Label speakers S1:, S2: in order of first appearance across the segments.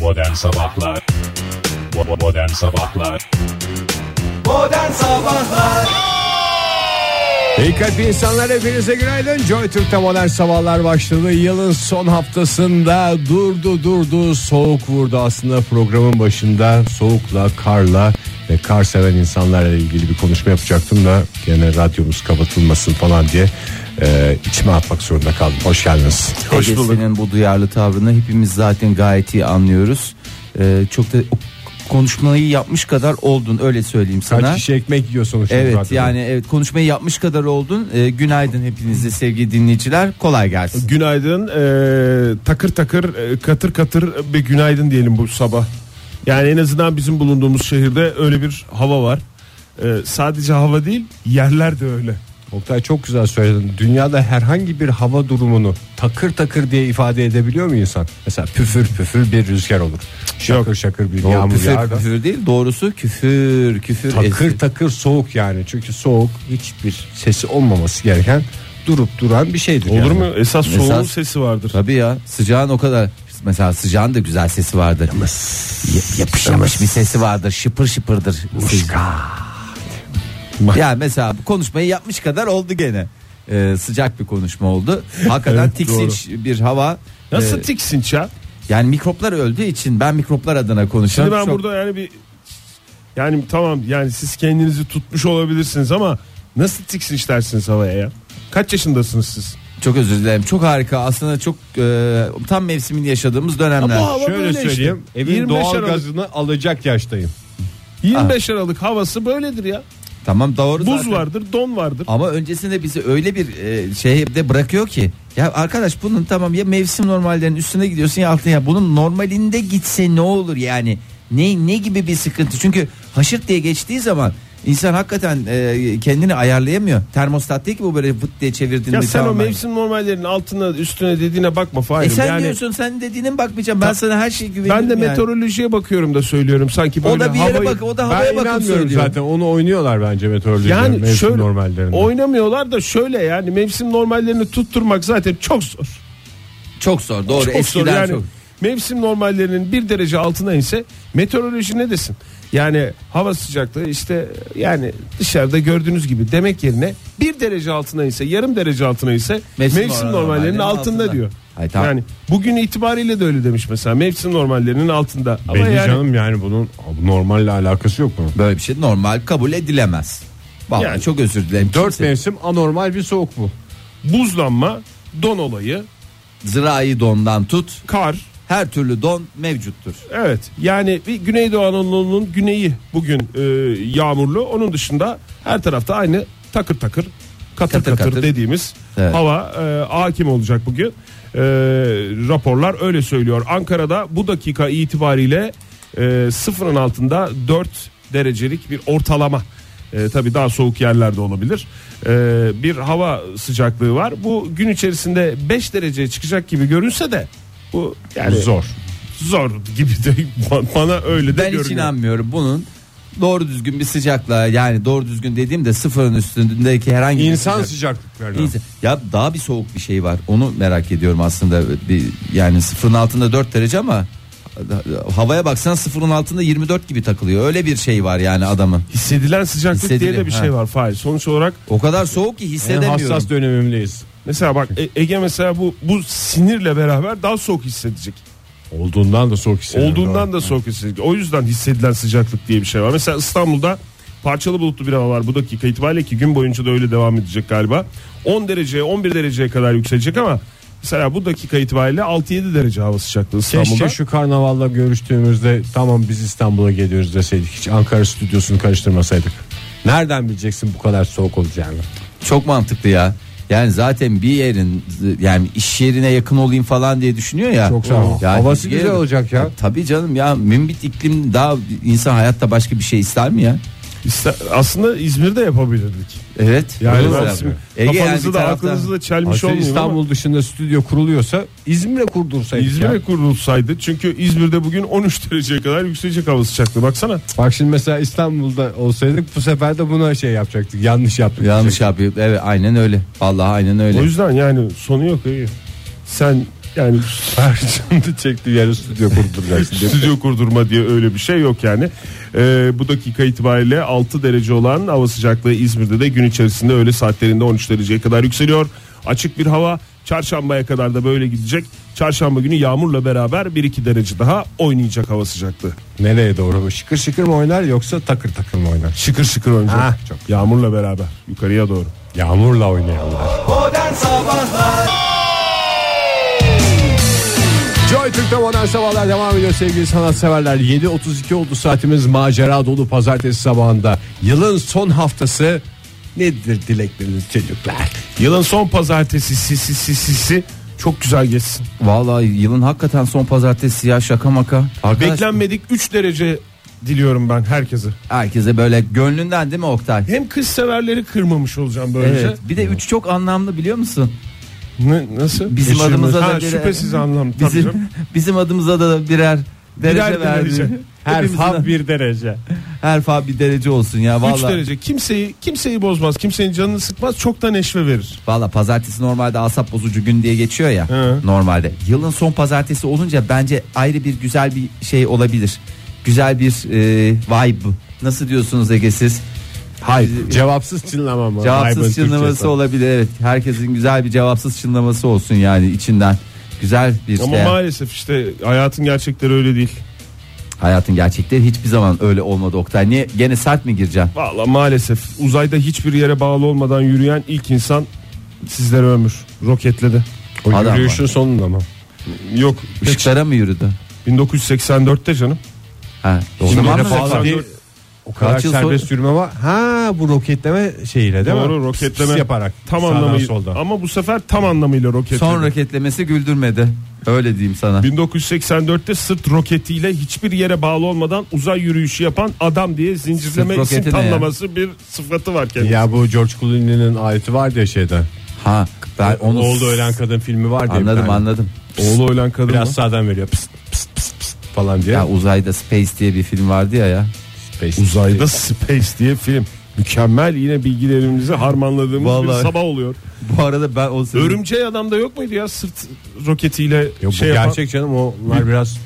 S1: Modern Sabahlar Bo- Modern Sabahlar
S2: Modern Sabahlar
S3: İyi kalpli insanlar hepinize günaydın Joy Türk'te modern sabahlar başladı Yılın son haftasında durdu durdu soğuk vurdu Aslında programın başında soğukla karla ve kar seven insanlarla ilgili bir konuşma yapacaktım da Gene radyomuz kapatılmasın falan diye e, içime atmak zorunda kaldım Hoş geldiniz
S4: Dedesinin bu duyarlı tavrını hepimiz zaten gayet iyi anlıyoruz. Ee, çok da o konuşmayı yapmış kadar oldun öyle söyleyeyim
S3: Kaç
S4: sana.
S3: kişi ekmek yiyor sonuçta
S4: Evet
S3: radyoda?
S4: yani evet konuşmayı yapmış kadar oldun. Ee, günaydın hepinize sevgili dinleyiciler. Kolay gelsin.
S5: Günaydın eee, takır takır eee, katır katır bir günaydın diyelim bu sabah. Yani en azından bizim bulunduğumuz şehirde öyle bir hava var. Eee, sadece hava değil yerler de öyle.
S3: Oktay çok güzel söyledin. Dünyada herhangi bir hava durumunu takır takır diye ifade edebiliyor mu insan? Mesela püfür püfür bir rüzgar olur. Şakır şakır bir yağmur
S4: küfür,
S3: yağar da.
S4: küfür değil doğrusu küfür küfür.
S3: Takır
S4: esti.
S3: takır soğuk yani. Çünkü soğuk hiçbir sesi olmaması gereken durup duran bir şeydir.
S5: Olur
S3: yani.
S5: mu? Esas soğuğun
S4: Esas-
S5: sesi vardır.
S4: Tabii ya sıcağın o kadar mesela sıcağın da güzel sesi vardır. Ya- Yapış yapış bir sesi vardır şıpır şıpırdır. Ya mesela bu konuşmayı yapmış kadar oldu gene. Ee, sıcak bir konuşma oldu. Hakikaten
S5: Evet,
S4: tiksinç bir hava.
S5: Nasıl
S4: Ee,
S5: tiksinç ya?
S4: yani mikroplar öldüğü için ben mikroplar adına konuşuyorum.
S5: Şimdi ben
S4: Çok-
S5: burada yani bir yani tamam yani siz kendinizi tutmuş olabilirsiniz ama nasıl tiksinç dersiniz havaya ya? Kaç yaşındasınız siz?
S4: Çok özür dilerim. Çok harika. Aslında çok e, tam mevsimini yaşadığımız dönemler.
S5: Ama bu hava
S3: Şöyle
S5: böyle işte.
S3: söyleyeyim. Evin
S5: 25
S3: doğal
S5: Aralık.
S3: gazını alacak yaştayım.
S5: 25 Aralık havası böyledir ya.
S4: Tamam Ah. doğru
S5: Buz
S4: zaten. Ah,
S5: vardır, don vardır.
S4: Ama öncesinde bizi öyle bir e, şey de bırakıyor ki ya arkadaş bunun tamam ya mevsim normallerinin üstüne gidiyorsun ya altına ya bunun normalinde gitse ne olur yani ne ne gibi bir sıkıntı çünkü haşırt diye geçtiği zaman insan hakikaten e, kendini ayarlayamıyor termostat değil ki bu böyle vıt diye çevirdiğinde
S5: Ya sen
S4: tamam
S5: o
S4: ben-
S5: mevsim normallerinin altına üstüne dediğine bakma Fahir.
S4: e sen
S5: yani
S4: diyorsun sen dediğine mi bakmayacağım ben
S5: Ta-
S4: sana her şeyi güveniyorum
S5: ben de
S4: yani.
S5: meteorolojiye bakıyorum da söylüyorum sanki böyle
S4: o da bir yere
S5: havayı-
S4: bak o da
S3: Ben
S4: havaya bakıp
S3: inanmıyorum
S4: söylüyor
S3: zaten. Onu oynuyorlar bence meteorolojiler.
S5: Yani
S3: mevsim
S5: şöyle
S3: normallerinde.
S5: oynamıyorlar da şöyle yani mevsim normallerini tutturmak zaten çok zor.
S4: çok zor doğru
S5: çok zor
S4: eskiden
S5: yani.
S4: çok
S5: Mevsim normallerinin bir derece altına inse meteoroloji ne desin? Yani hava sıcaklığı işte yani dışarıda gördüğünüz gibi demek yerine bir derece altına ise yarım derece altına ise
S4: Mevsim
S5: mevsim,
S4: normal- normallerinin
S5: normallerinin altında,
S4: altında.
S5: diyor.
S4: Ay, tamam.
S5: Yani bugün itibariyle de öyle demiş mesela mevsim normallerinin altında. Ama
S3: Belli
S5: yani
S3: canım yani bunun normalle alakası yok mu?
S4: böyle bir şey normal kabul edilemez Vallahi
S5: Yani.
S4: çok özür dilerim.
S3: Dört
S4: Kimse-
S3: mevsim anormal bir soğuk bu.
S5: buzlanma, don olayı,
S4: zirai dondan tut
S5: kar.
S4: her türlü don mevcuttur.
S5: Evet yani bir Güneydoğu Anadolu'nun güneyi bugün e, yağmurlu. Onun dışında her tarafta aynı takır takır katır
S4: Katır
S5: katır,
S4: katır.
S5: dediğimiz
S4: Evet.
S5: hava e, hakim olacak bugün. E, raporlar öyle söylüyor. Ankara'da bu dakika itibariyle e, sıfırın altında 4 derecelik bir ortalama. E, tabii daha soğuk yerlerde olabilir. E, bir hava sıcaklığı var. Bu gün içerisinde 5 dereceye çıkacak gibi görünse de bu yani
S3: Zor.
S5: zor gibi de bana öyle de
S4: Ben hiç
S5: görünüyor.
S4: inanmıyorum bunun doğru düzgün bir sıcaklığa yani doğru düzgün dediğimde sıfırın üstündeki herhangi bir
S3: İnsan
S4: sıcak-
S3: sıcaklıklarına.
S4: İnsan- Ya daha bir soğuk bir şey var onu merak ediyorum aslında bir, yani sıfırın altında 4 derece ama havaya baksan sıfırın altında 24 gibi takılıyor öyle bir şey var yani adamın.
S5: Hissedilen sıcaklık
S4: Hissediliyor,
S5: diye de bir
S4: ha.
S5: şey var Fahir. Sonuç olarak
S4: O kadar soğuk ki
S3: En
S4: hissedemiyorum.
S3: hassas dönemimdeyiz.
S5: mesela bak E- Ege mesela bu bu sinirle beraber daha soğuk hissedecek.
S3: Olduğundan da soğuk hissediyorum.
S5: Olduğundan da soğuk hissedecek. O yüzden hissedilen sıcaklık diye bir şey var. Mesela İstanbul'da parçalı bulutlu bir hava var bu dakika itibariyle ki gün boyunca da öyle devam edecek galiba. 10 dereceye 11 dereceye kadar yükselecek ama mesela bu dakika itibariyle 6-7 derece hava sıcaklığı İstanbul'da.
S3: Keşke şu karnavalla görüştüğümüzde tamam biz İstanbul'a geliyoruz deseydik. Hiç Ankara stüdyosunu karıştırmasaydık. Nereden bileceksin bu kadar soğuk olacağını?
S4: Çok mantıklı ya. Yani zaten bir yerin yani iş yerine yakın olayım falan diye düşünüyor ya.
S3: Çok sağ ol. Havası güzel olacak ya.
S4: Tabii canım ya mümbit iklim daha insan hayatta başka bir şey ister mi ya?
S5: İsta- Aslında İzmir'de yapabilirdik.
S4: Evet. Doğru
S5: Yani ben
S4: söylüyorum.
S5: şimdi
S4: Ege yani
S5: kafanızı
S4: bir
S5: da
S4: taraftan-
S5: aklınızı da çelmiş
S3: Aslında
S5: olmuyor.
S3: İstanbul dışında stüdyo kuruluyorsa İzmir'e kurdursaydık.
S5: İzmir'e
S3: ya.
S5: kurulsaydı çünkü İzmir'de bugün 13 dereceye kadar yükselecek hava sıcaklığı baksana.
S3: Bak şimdi mesela İstanbul'da olsaydık bu sefer de buna şey yapacaktık. Yanlış yaptık.
S4: Yanlış yapıyor. Evet aynen öyle. Vallahi aynen öyle.
S5: O yüzden yani sonu yok. iyi. Sen Yani harcını çekti yani stüdyo kurduracaksın. stüdyo kurdurma diye öyle bir şey yok yani. Ee, bu dakika itibariyle 6 derece olan hava sıcaklığı İzmir'de de gün içerisinde öğle saatlerinde 13 dereceye kadar yükseliyor. Açık bir hava çarşambaya kadar da böyle gidecek. Çarşamba günü yağmurla beraber 1-2 derece daha oynayacak hava sıcaklığı.
S3: Nereye doğru? Şıkır şıkır mı oynar yoksa takır takır mı oynar?
S5: Şıkır şıkır oynayacak.
S3: Ha.
S5: Çok. Yağmurla beraber yukarıya doğru.
S3: Yağmurla oynayanlar.
S2: Modern Sabahlar
S3: Joy Türk'te modern sabahlar devam ediyor sevgili sanatseverler. 7.32 oldu saatimiz macera dolu pazartesi sabahında. Yılın son haftası nedir dilekleriniz çocuklar?
S5: Yılın son pazartesi si si si si si çok güzel geçsin.
S4: Vallahi yılın hakikaten son pazartesi ya şaka maka. Arkadaş,
S5: Beklenmedik 3 derece diliyorum ben herkese.
S4: herkese böyle gönlünden değil mi Oktay?
S5: Hem kız severleri kırmamış olacağım böylece.
S4: Evet. Bir de üç çok anlamlı biliyor musun?
S5: Ne- nasıl?
S4: Bizim
S5: Eşimiz-
S4: adımıza da
S5: ha,
S4: bir-
S5: şüphesiz anlam. Tabii canım.
S4: Bizim bizim adımıza da birer derece
S5: Birer
S4: verdi.
S5: derece.
S4: Her fa bir derece. Her fa bir derece olsun ya
S5: Üç
S4: vallahi.
S5: derece kimseyi kimseyi bozmaz kimsenin canını sıkmaz çok da neşve verir.
S4: Valla pazartesi normalde asap bozucu gün diye geçiyor ya
S5: Hı.
S4: normalde. Yılın son pazartesi olunca bence ayrı bir güzel bir şey olabilir. Güzel bir e, vibe. Nasıl diyorsunuz Ege siz?
S3: Hayır. Cevapsız çınlama mı? Hayvan
S4: Cevapsız
S3: Türkçesi.
S4: çınlaması olabilir evet. Herkesin güzel bir cevapsız çınlaması olsun yani içinden. Güzel bir
S5: Ama
S4: değer.
S5: maalesef işte hayatın gerçekleri öyle değil.
S4: Hayatın gerçekleri hiçbir zaman öyle olmadı Oktay. Niye? Gene sert mi gireceğim?
S5: Valla maalesef uzayda hiçbir yere bağlı olmadan yürüyen ilk insan sizlere ömür roketledi.
S3: O
S4: Adam
S3: yürüyüşün sonunda mı?
S5: Yok
S4: Işıklara mı yürüdü?
S5: 1984'te canım.
S4: Ha, o
S5: Şimdi
S4: zaman
S5: yine
S4: mı?
S5: bağlı değil.
S3: O kadar
S4: Kaç yıl
S3: serbest yürüme var. Ha bu roketleme şeyiyle değil mi?
S5: Doğru roketleme.
S3: Pıs yaparak.
S5: Tam
S3: sağdan
S5: anlamıyla.
S3: soldan.
S5: Ama bu sefer tam anlamıyla roketledi.
S4: Son roketlemesi güldürmedi. Öyle diyeyim sana.
S5: 1984'te sırt roketiyle hiçbir yere bağlı olmadan uzay yürüyüşü yapan adam diye zincirleme
S4: Sırt
S5: isim
S4: roketi ne ya?
S5: tamlaması bir sıfatı var kendisine.
S3: Ya bu George Clooney'nin ayeti vardı ya şeyde.
S4: Ha, ben onu
S3: Oğlu ölen kadın filmi vardı. ya bir
S4: anladım
S3: tane.
S4: anladım.
S5: Oğlu ölen kadın
S3: Biraz
S5: mı?
S3: sağdan veriyor. Pıst pıst pıst pıst falan diye.
S4: Ya uzayda Space diye bir film vardı ya ya.
S3: Space.
S5: Uzayda Space diye film. Mükemmel yine bilgilerimizi harmanladığımız
S4: Vallahi.
S5: bir sabah oluyor.
S4: Bu arada ben o sizin-
S5: Örümceği adamda yok muydu ya sırt roketiyle
S3: Yok,
S5: şey
S3: bu
S5: yapan?
S3: gerçek canım onlar biraz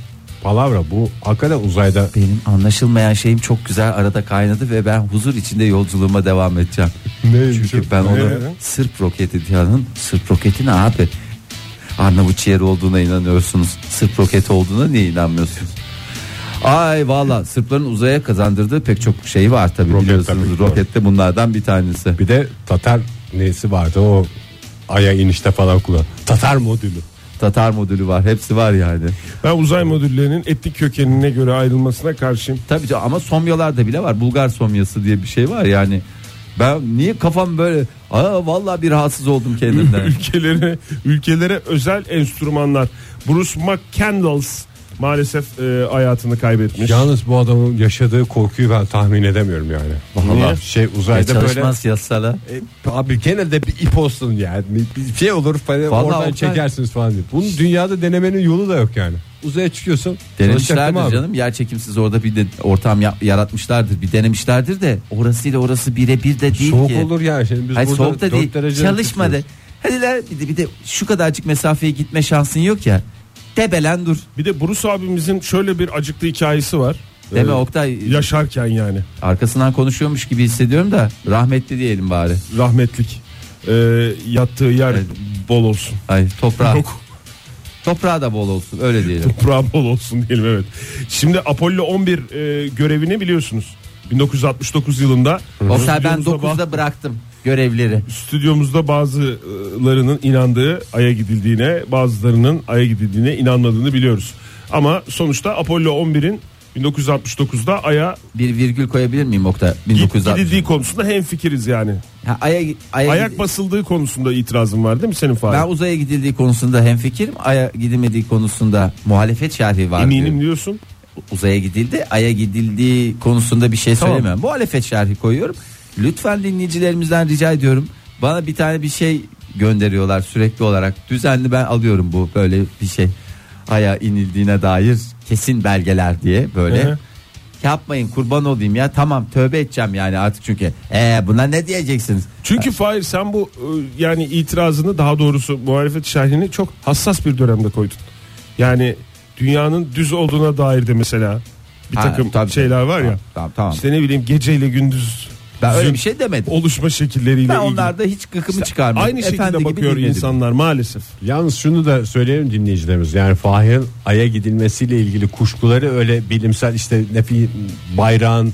S3: palavra bu hakikaten uzayda
S4: benim anlaşılmayan şeyim çok güzel arada kaynadı ve ben huzur içinde yolculuğuma devam edeceğim.
S5: Neymiş
S4: Çünkü
S5: o?
S4: ben onu
S5: Ne?
S4: Sırp roketi diyanın Sırp roketi ne abi? Arnavut ciğeri olduğuna inanıyorsunuz. Sırp roketi olduğuna niye inanmıyorsunuz? Ay valla Sırpların uzaya kazandırdığı pek çok şey var tabii
S3: Roket
S4: biliyorsunuz.
S3: tabii, doğru.
S4: Roket de bunlardan bir tanesi.
S3: bir de Tatar neyesi vardı o aya inişte falan kullan. Tatar modülü.
S4: Tatar modülü var. Hepsi var yani.
S5: Ben uzay modüllerinin etnik kökenine göre ayrılmasına karşıyım.
S4: Tabii canım ama somyalarda bile var. Bulgar somyası diye bir şey var yani. Ben niye kafam böyle Aa vallahi bir rahatsız oldum kendimden.
S5: Ülkelere ülkelere özel enstrümanlar. Bruce McCandles maalesef e, hayatını kaybetmiş.
S3: Yalnız bu adamın yaşadığı korkuyu ben tahmin edemiyorum yani.
S4: Vallahi.
S3: şey
S4: Ya
S3: uzayda böyle
S4: E, çalışmaz yasala.
S3: E, abi gene de bir ip olsun yani bir şey olur falan
S4: Vallahi
S3: oradan
S4: Oktay-
S3: çekersiniz falan diye. Bunu dünyada denemenin yolu da yok yani. Uzaya çıkıyorsun. çalışacaktım
S4: Denemişlerdir
S3: abi.
S4: canım. Yer çekimsiz orada bir de ortam ya- yaratmışlardır. Bir denemişlerdir de orasıyla orası birebir de değil
S3: Soğuk
S4: ki.
S3: olur yani. Şimdi biz
S4: Hayır
S3: burada
S4: soğuk da
S3: dört
S4: değil.
S3: derecenin
S4: Çalışmadı.
S3: tutuyoruz.
S4: Hadi lan bir de, bir de şu kadarcık mesafeye gitme şansın yok ya. Debelen dur.
S5: Bir de Bruce abimizin şöyle bir acıklı hikayesi var.
S4: Deme
S5: Ee,
S4: Oktay
S5: Yaşarken yani
S4: arkasından konuşuyormuş gibi hissediyorum da rahmetli diyelim bari.
S5: rahmetlik Ee, yattığı yer
S4: Evet.
S5: bol olsun.
S4: Ay toprağı.
S5: Yok.
S4: Toprağı da bol olsun öyle diyelim.
S5: Toprağı bol olsun diyelim evet. Şimdi Apollo 11 e, görevini biliyorsunuz. 1969 yılında
S4: Oktay ben
S5: stüdyomuzda
S4: 9'da bıraktım görevleri.
S5: stüdyomuzda bazılarının inandığı aya gidildiğine bazılarının aya gidildiğine inanmadığını biliyoruz. Ama sonuçta Apollo 11'in 1969'da aya
S4: Bir virgül koyabilir miyim Oktay?
S5: git-
S4: 1960.
S5: gidildiği konusunda hemfikiriz yani.
S4: Ha, aya, aya,
S5: Ayak basıldığı konusunda itirazım var değil mi senin Fahri?
S4: E, Ben uzaya gidildiği konusunda hemfikirim. Aya gidilmediği konusunda muhalefet şerhi var.
S5: Eminim
S4: diyorum.
S5: diyorsun.
S4: Uzaya gidildi, aya gidildiği konusunda bir şey
S5: Tamam.
S4: söylemiyorum. Muhalefet şerhi koyuyorum. Lütfen dinleyicilerimizden rica ediyorum. Bana bir tane bir şey gönderiyorlar sürekli olarak. Düzenli ben alıyorum bu böyle bir şey. Aya inildiğine dair kesin belgeler diye böyle.
S5: Hı hı.
S4: Yapmayın kurban olayım ya tamam tövbe edeceğim yani artık çünkü. Ee buna ne diyeceksiniz?
S5: Çünkü Fahir sen bu e, yani itirazını daha doğrusu muhalefet şerhini çok hassas bir dönemde koydun. Yani dünyanın düz olduğuna dair de mesela bir
S4: Ha,
S5: takım
S4: tabii.
S5: şeyler var ya.
S4: Tamam, tamam, tamam.
S5: İşte ne bileyim geceyle gündüz
S4: Ben öyle
S5: düzün
S4: bir şey demedim.
S5: oluşma şekilleriyle
S4: Ben
S5: ilgili.
S4: onlarda hiç gıkımı çıkarmadım.
S5: Aynı
S4: Efendi
S5: şekilde
S4: gibi
S5: bakıyor
S4: dinledim.
S5: insanlar maalesef.
S3: Yalnız şunu da söyleyelim dinleyicilerimiz. Yani Fahir'in Ay'a gidilmesiyle ilgili kuşkuları öyle bilimsel işte nefi bayrağın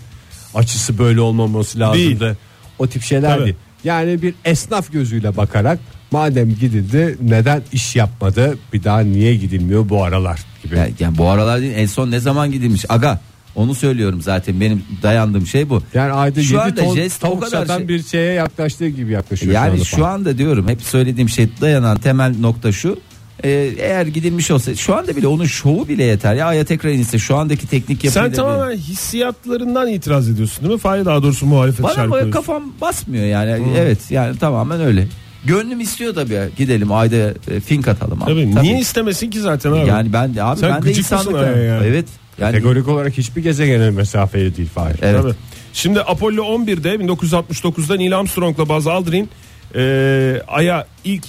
S3: açısı böyle olmaması
S5: Değil.
S3: lazımdı. O tip şeyler
S5: Tabii.
S3: değil. Yani bir esnaf gözüyle bakarak madem gidildi neden iş yapmadı bir daha niye gidilmiyor bu aralar gibi.
S4: Ya, ya bu aralar değil, en son ne zaman gidilmiş? Aga onu söylüyorum zaten benim dayandığım şey bu.
S3: Yani ayda
S4: Şu
S3: 7
S4: anda
S3: ton
S4: jest o
S3: tavuk
S4: kadar
S3: satan
S4: şey-
S3: bir şeye yaklaştığı gibi yaklaşıyor.
S4: Yani
S3: anda
S4: şu
S3: Fahir.
S4: anda diyorum hep söylediğim şey dayanan temel nokta şu. Ee, eğer gidilmiş olsa şu anda bile onun şovu bile yeter. Ya ya tekrar inse şu andaki teknik yapıyla.
S5: Sen
S4: bile-
S5: tamamen hissiyatlarından itiraz ediyorsun değil mi? Fahir daha doğrusu muhalefet şerhi
S4: Bana böyle
S5: koyuyorsun.
S4: kafam basmıyor yani. Evet yani tamamen öyle. Gönlüm istiyor tabii ya. gidelim ayda e, fink atalım. abi.
S5: Tabii, Niye istemesin ki zaten abi?
S4: Yani ben de abi
S5: Sen
S4: ben de
S5: gıcık mısın
S4: insanlık
S5: aya yani?
S4: Evet. Yani
S3: Kategorik olarak hiçbir gezegene mesafeli değil Fahir.
S4: evet.
S5: Tabii. Şimdi Apollo 11'de 1969'da Neil Armstrong'la Buzz Aldrin e, aya ilk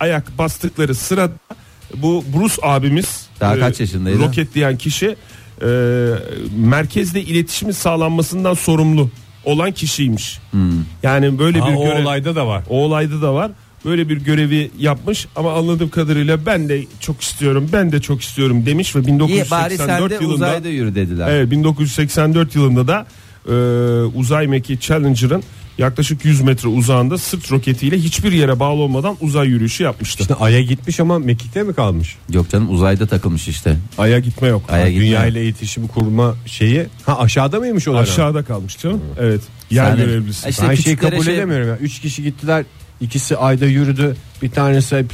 S5: ayak bastıkları sırada bu Bruce abimiz
S4: Daha kaç yaşındaydı?
S5: roketleyen kişi e, merkezde iletişimin sağlanmasından sorumlu olan kişiymiş.
S4: Hmm.
S5: Yani böyle
S3: Ha,
S5: bir
S3: o
S5: görev-
S3: olayda da var.
S5: o olayda da var. Böyle bir görevi yapmış ama anladığım kadarıyla ben de çok istiyorum, ben de çok istiyorum demiş ve
S4: İyi bari sen
S5: 1984
S4: de
S5: yılında
S4: uzayda yürü dediler.
S5: Evet 1984 yılında da e, uzay mekiği Challenger'ın yaklaşık 100 metre uzağında sırt roketiyle hiçbir yere bağlı olmadan uzay yürüyüşü yapmıştı.
S3: İşte Ay'a gitmiş ama mekikte mi kalmış?
S4: Yok canım uzayda takılmış işte.
S5: Ay'a gitme yok.
S4: Ay'a
S3: Ha,
S4: gitme.
S3: Dünya ile iletişimi kurma şeyi. Ha aşağıda mıymış o Aşağı.
S5: Aşağıda kalmış canım. Evet. Yer
S4: Yani-
S5: görevlisi.
S4: İşte
S3: ben şeyi
S4: küçüklere
S3: kabul
S4: şey-
S3: edemiyorum. ya. Üç kişi gittiler. ikisi ayda yürüdü. Bir tanesi hep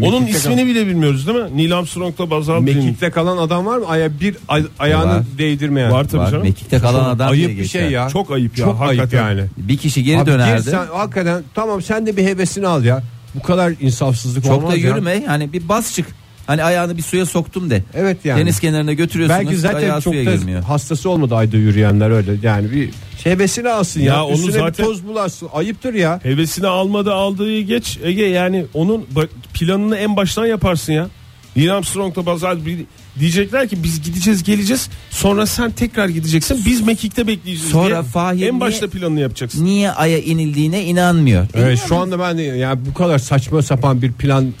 S5: Onun
S3: Mekik'te
S5: ismini bile bilmiyoruz değil mi? Neil Armstrong'la Buzz
S3: kalan,
S5: Aldrin.
S3: Mekik'te kalan adam var mı? Aya bir ay- ayağını
S4: Var.
S3: değdirmeyen.
S5: Var tabii
S4: Bak,
S5: canım.
S4: Mekik'te kalan adam diye
S3: ayıp bir
S4: geçer.
S3: şey ya.
S5: Çok ayıp ya,
S3: Çok ayıp
S5: hakikaten.
S3: yani.
S4: Bir kişi geri
S3: Abi
S4: dönerdi.
S3: gir sen, hakikaten tamam sen de bir hevesini al ya. Bu kadar insafsızlık
S4: Çok
S3: olmaz
S4: da
S3: ya.
S4: yürüme. Hani bir bas çık. Hani ayağını bir suya soktum de.
S3: Evet yani.
S4: Deniz kenarına götürüyorsunuz.
S3: Belki zaten
S4: ayağı
S3: çok
S4: suya girmiyor.
S3: da hastası olmadı ayda yürüyenler öyle. Yani bir hevesini alsın ya.
S5: Ya onu
S3: Üstüne
S5: zaten-
S3: bir toz bularsın. Ayıptır ya.
S5: Hevesini almadı aldığı geç Ege yani onun ba- planını en baştan yaparsın ya. Neil Armstrong'la Buzz Aldrin diyecekler ki biz gideceğiz geleceğiz sonra sen tekrar gideceksin biz Mekik'te bekleyeceğiz
S4: Sonra
S5: diye
S4: Fahir
S5: en
S4: niye-
S5: başta planını yapacaksın.
S4: Niye aya inildiğine inanmıyor.
S3: Evet şu anda ben de yani bu kadar saçma sapan bir plan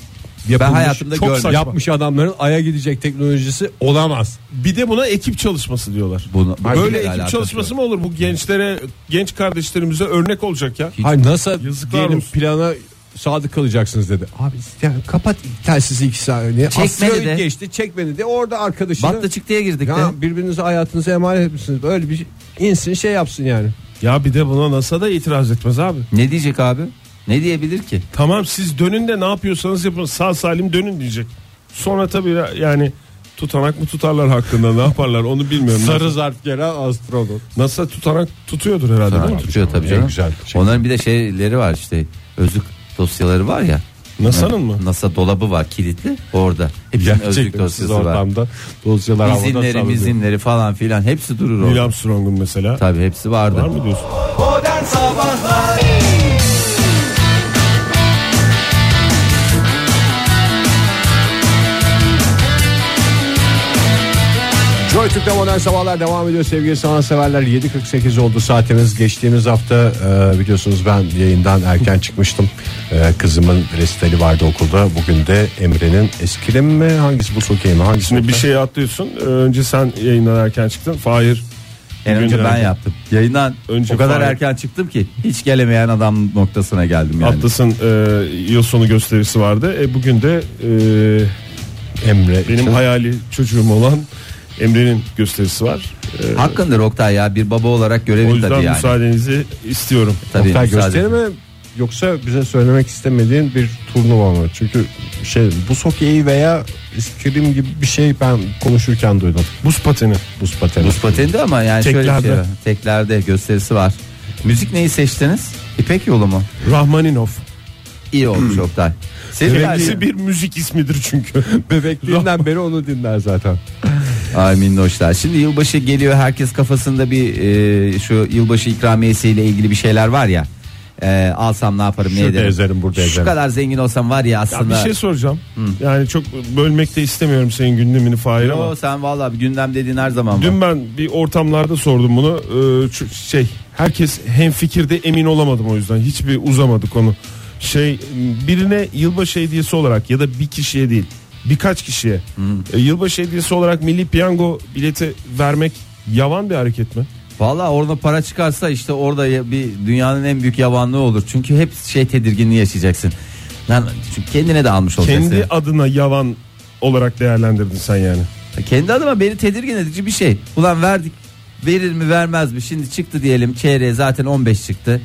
S3: yapılmış,
S4: hayatımda
S3: çok
S4: görmedim.
S3: yapmış adamların aya gidecek teknolojisi olamaz.
S5: Bir de buna ekip çalışması diyorlar.
S4: Bunu,
S5: Böyle ekip çalışması mı olur? Bu gençlere, genç kardeşlerimize örnek olacak ya.
S3: Hayır nasıl
S5: Yazıklar
S3: diyelim
S5: olsun.
S3: plana sadık kalacaksınız dedi. Abi yani kapat telsizi iki saniye.
S4: Çekmedi
S3: Asteroid
S4: de.
S3: geçti çekmedi de orada arkadaşını.
S4: Battı çıktıya girdik
S3: ya
S4: de.
S3: birbirinize hayatınızı emanet etmişsiniz. Böyle bir insin şey yapsın yani.
S5: Ya bir de buna NASA da itiraz etmez abi.
S4: Ne diyecek abi? Ne diyebilir ki?
S5: Tamam siz dönün de ne yapıyorsanız yapın sağ salim dönün diyecek. Sonra tabii yani tutanak mı tutarlar hakkında ne yaparlar onu bilmiyorum.
S3: Sarı zarf gelen astronot.
S5: NASA tutanak tutuyordur herhalde
S4: Ha,
S5: değil mi?
S4: tutuyor tabii
S3: En
S4: canım.
S3: güzel şey.
S4: Onların bir de şeyleri var işte. Özlük dosyaları var ya.
S5: NASA'nın mı?
S4: NASA dolabı var kilitli orada. Hepsinin özlük
S3: Gerçekten
S4: dosyası var.
S3: ortamda dosyalar havada
S4: İzinleri
S3: savruluyor.
S4: mizinleri falan filan hepsi durur
S5: Neil
S4: orada.
S5: Armstrong'un mesela.
S4: Tabii hepsi vardı.
S5: Var mı diyorsun?
S2: Modern Sabahlar
S3: Joy Türk'te modern sabahlar devam ediyor sevgili sanatseverler 7.48 oldu saatimiz geçtiğimiz hafta e, biliyorsunuz ben yayından erken çıkmıştım E, kızımın resitali vardı okulda bugün de Emre'nin eskilim mi hangisi bu sokey mi hangisi
S5: Şimdi bir şey atlıyorsun. Ee, Önce sen yayından erken çıktın. Fahir.
S4: En önce ben
S5: Günlerden
S4: yaptım. Yayından
S5: Önce
S4: o kadar
S5: Fahir.
S4: erken çıktım ki hiç gelemeyen adam noktasına geldim yani.
S5: Atlas'ın e, yıl sonu gösterisi vardı. E, bugün de e,
S3: Emre
S5: Benim hayali çocuğum olan Emre'nin gösterisi var. Ee,
S4: Hakkındır Oktay ya bir baba olarak
S5: o
S4: görevim
S5: yüzden
S4: tabii yani.
S5: müsaadenizi istiyorum.
S4: Tabii,
S3: Oktay
S4: müsaade-
S3: gösteri mi yoksa bize söylemek istemediğin bir turnuva mı çünkü şey bu sokeyi veya eskilim gibi bir şey ben konuşurken duydum
S5: Buz pateni.
S3: buz pateni
S4: Buz patenti ama yani şöyle bir şey
S5: Teklerde.
S4: var. Teklerde gösterisi var. Müzik neyi seçtiniz? İpek yolu mu?
S5: Rahmaninov.
S4: İyi olmuş Oktay. Sevgili
S5: Kendisi bir müzik ismidir çünkü.
S3: bebekliğinden beri onu dinler zaten
S4: Amin hoşlar. Şimdi yılbaşı geliyor herkes kafasında bir e, şu yılbaşı ikramiyesiyle ilgili bir şeyler var ya. E, alsam ne yaparım ne
S3: Şurada
S4: ederim.
S3: ezerim,
S4: Şu
S3: burada ezerim.
S4: kadar zengin olsam var ya
S5: Ya bir
S4: aslında.
S5: şey soracağım. Yani çok bölmek de istemiyorum senin gündemini Fahir ama.
S4: Yo, sen vallahi gündem dediğin her zaman var.
S5: Dün ben bir ortamlarda sordum bunu. Ee, şu şey herkes hem fikirde emin olamadım o yüzden. Hiçbir uzamadı konu. Şey birine yılbaşı hediyesi olarak ya da bir kişiye değil birkaç kişiye e, yılbaşı hediyesi olarak milli piyango bileti vermek yavan bir hareket mi?
S4: Valla orada para çıkarsa işte orada ya- bir dünyanın en büyük yabanlığı olur. Çünkü hep şey tedirginliği yaşayacaksın. Lan çünkü kendine de almış olacaksın.
S5: Kendi adına yavan olarak değerlendirdin sen yani.
S4: Kendi adıma beni tedirgin edici bir şey. Ulan verdik verir mi vermez mi şimdi çıktı diyelim çeyreğe zaten 15 çıktı.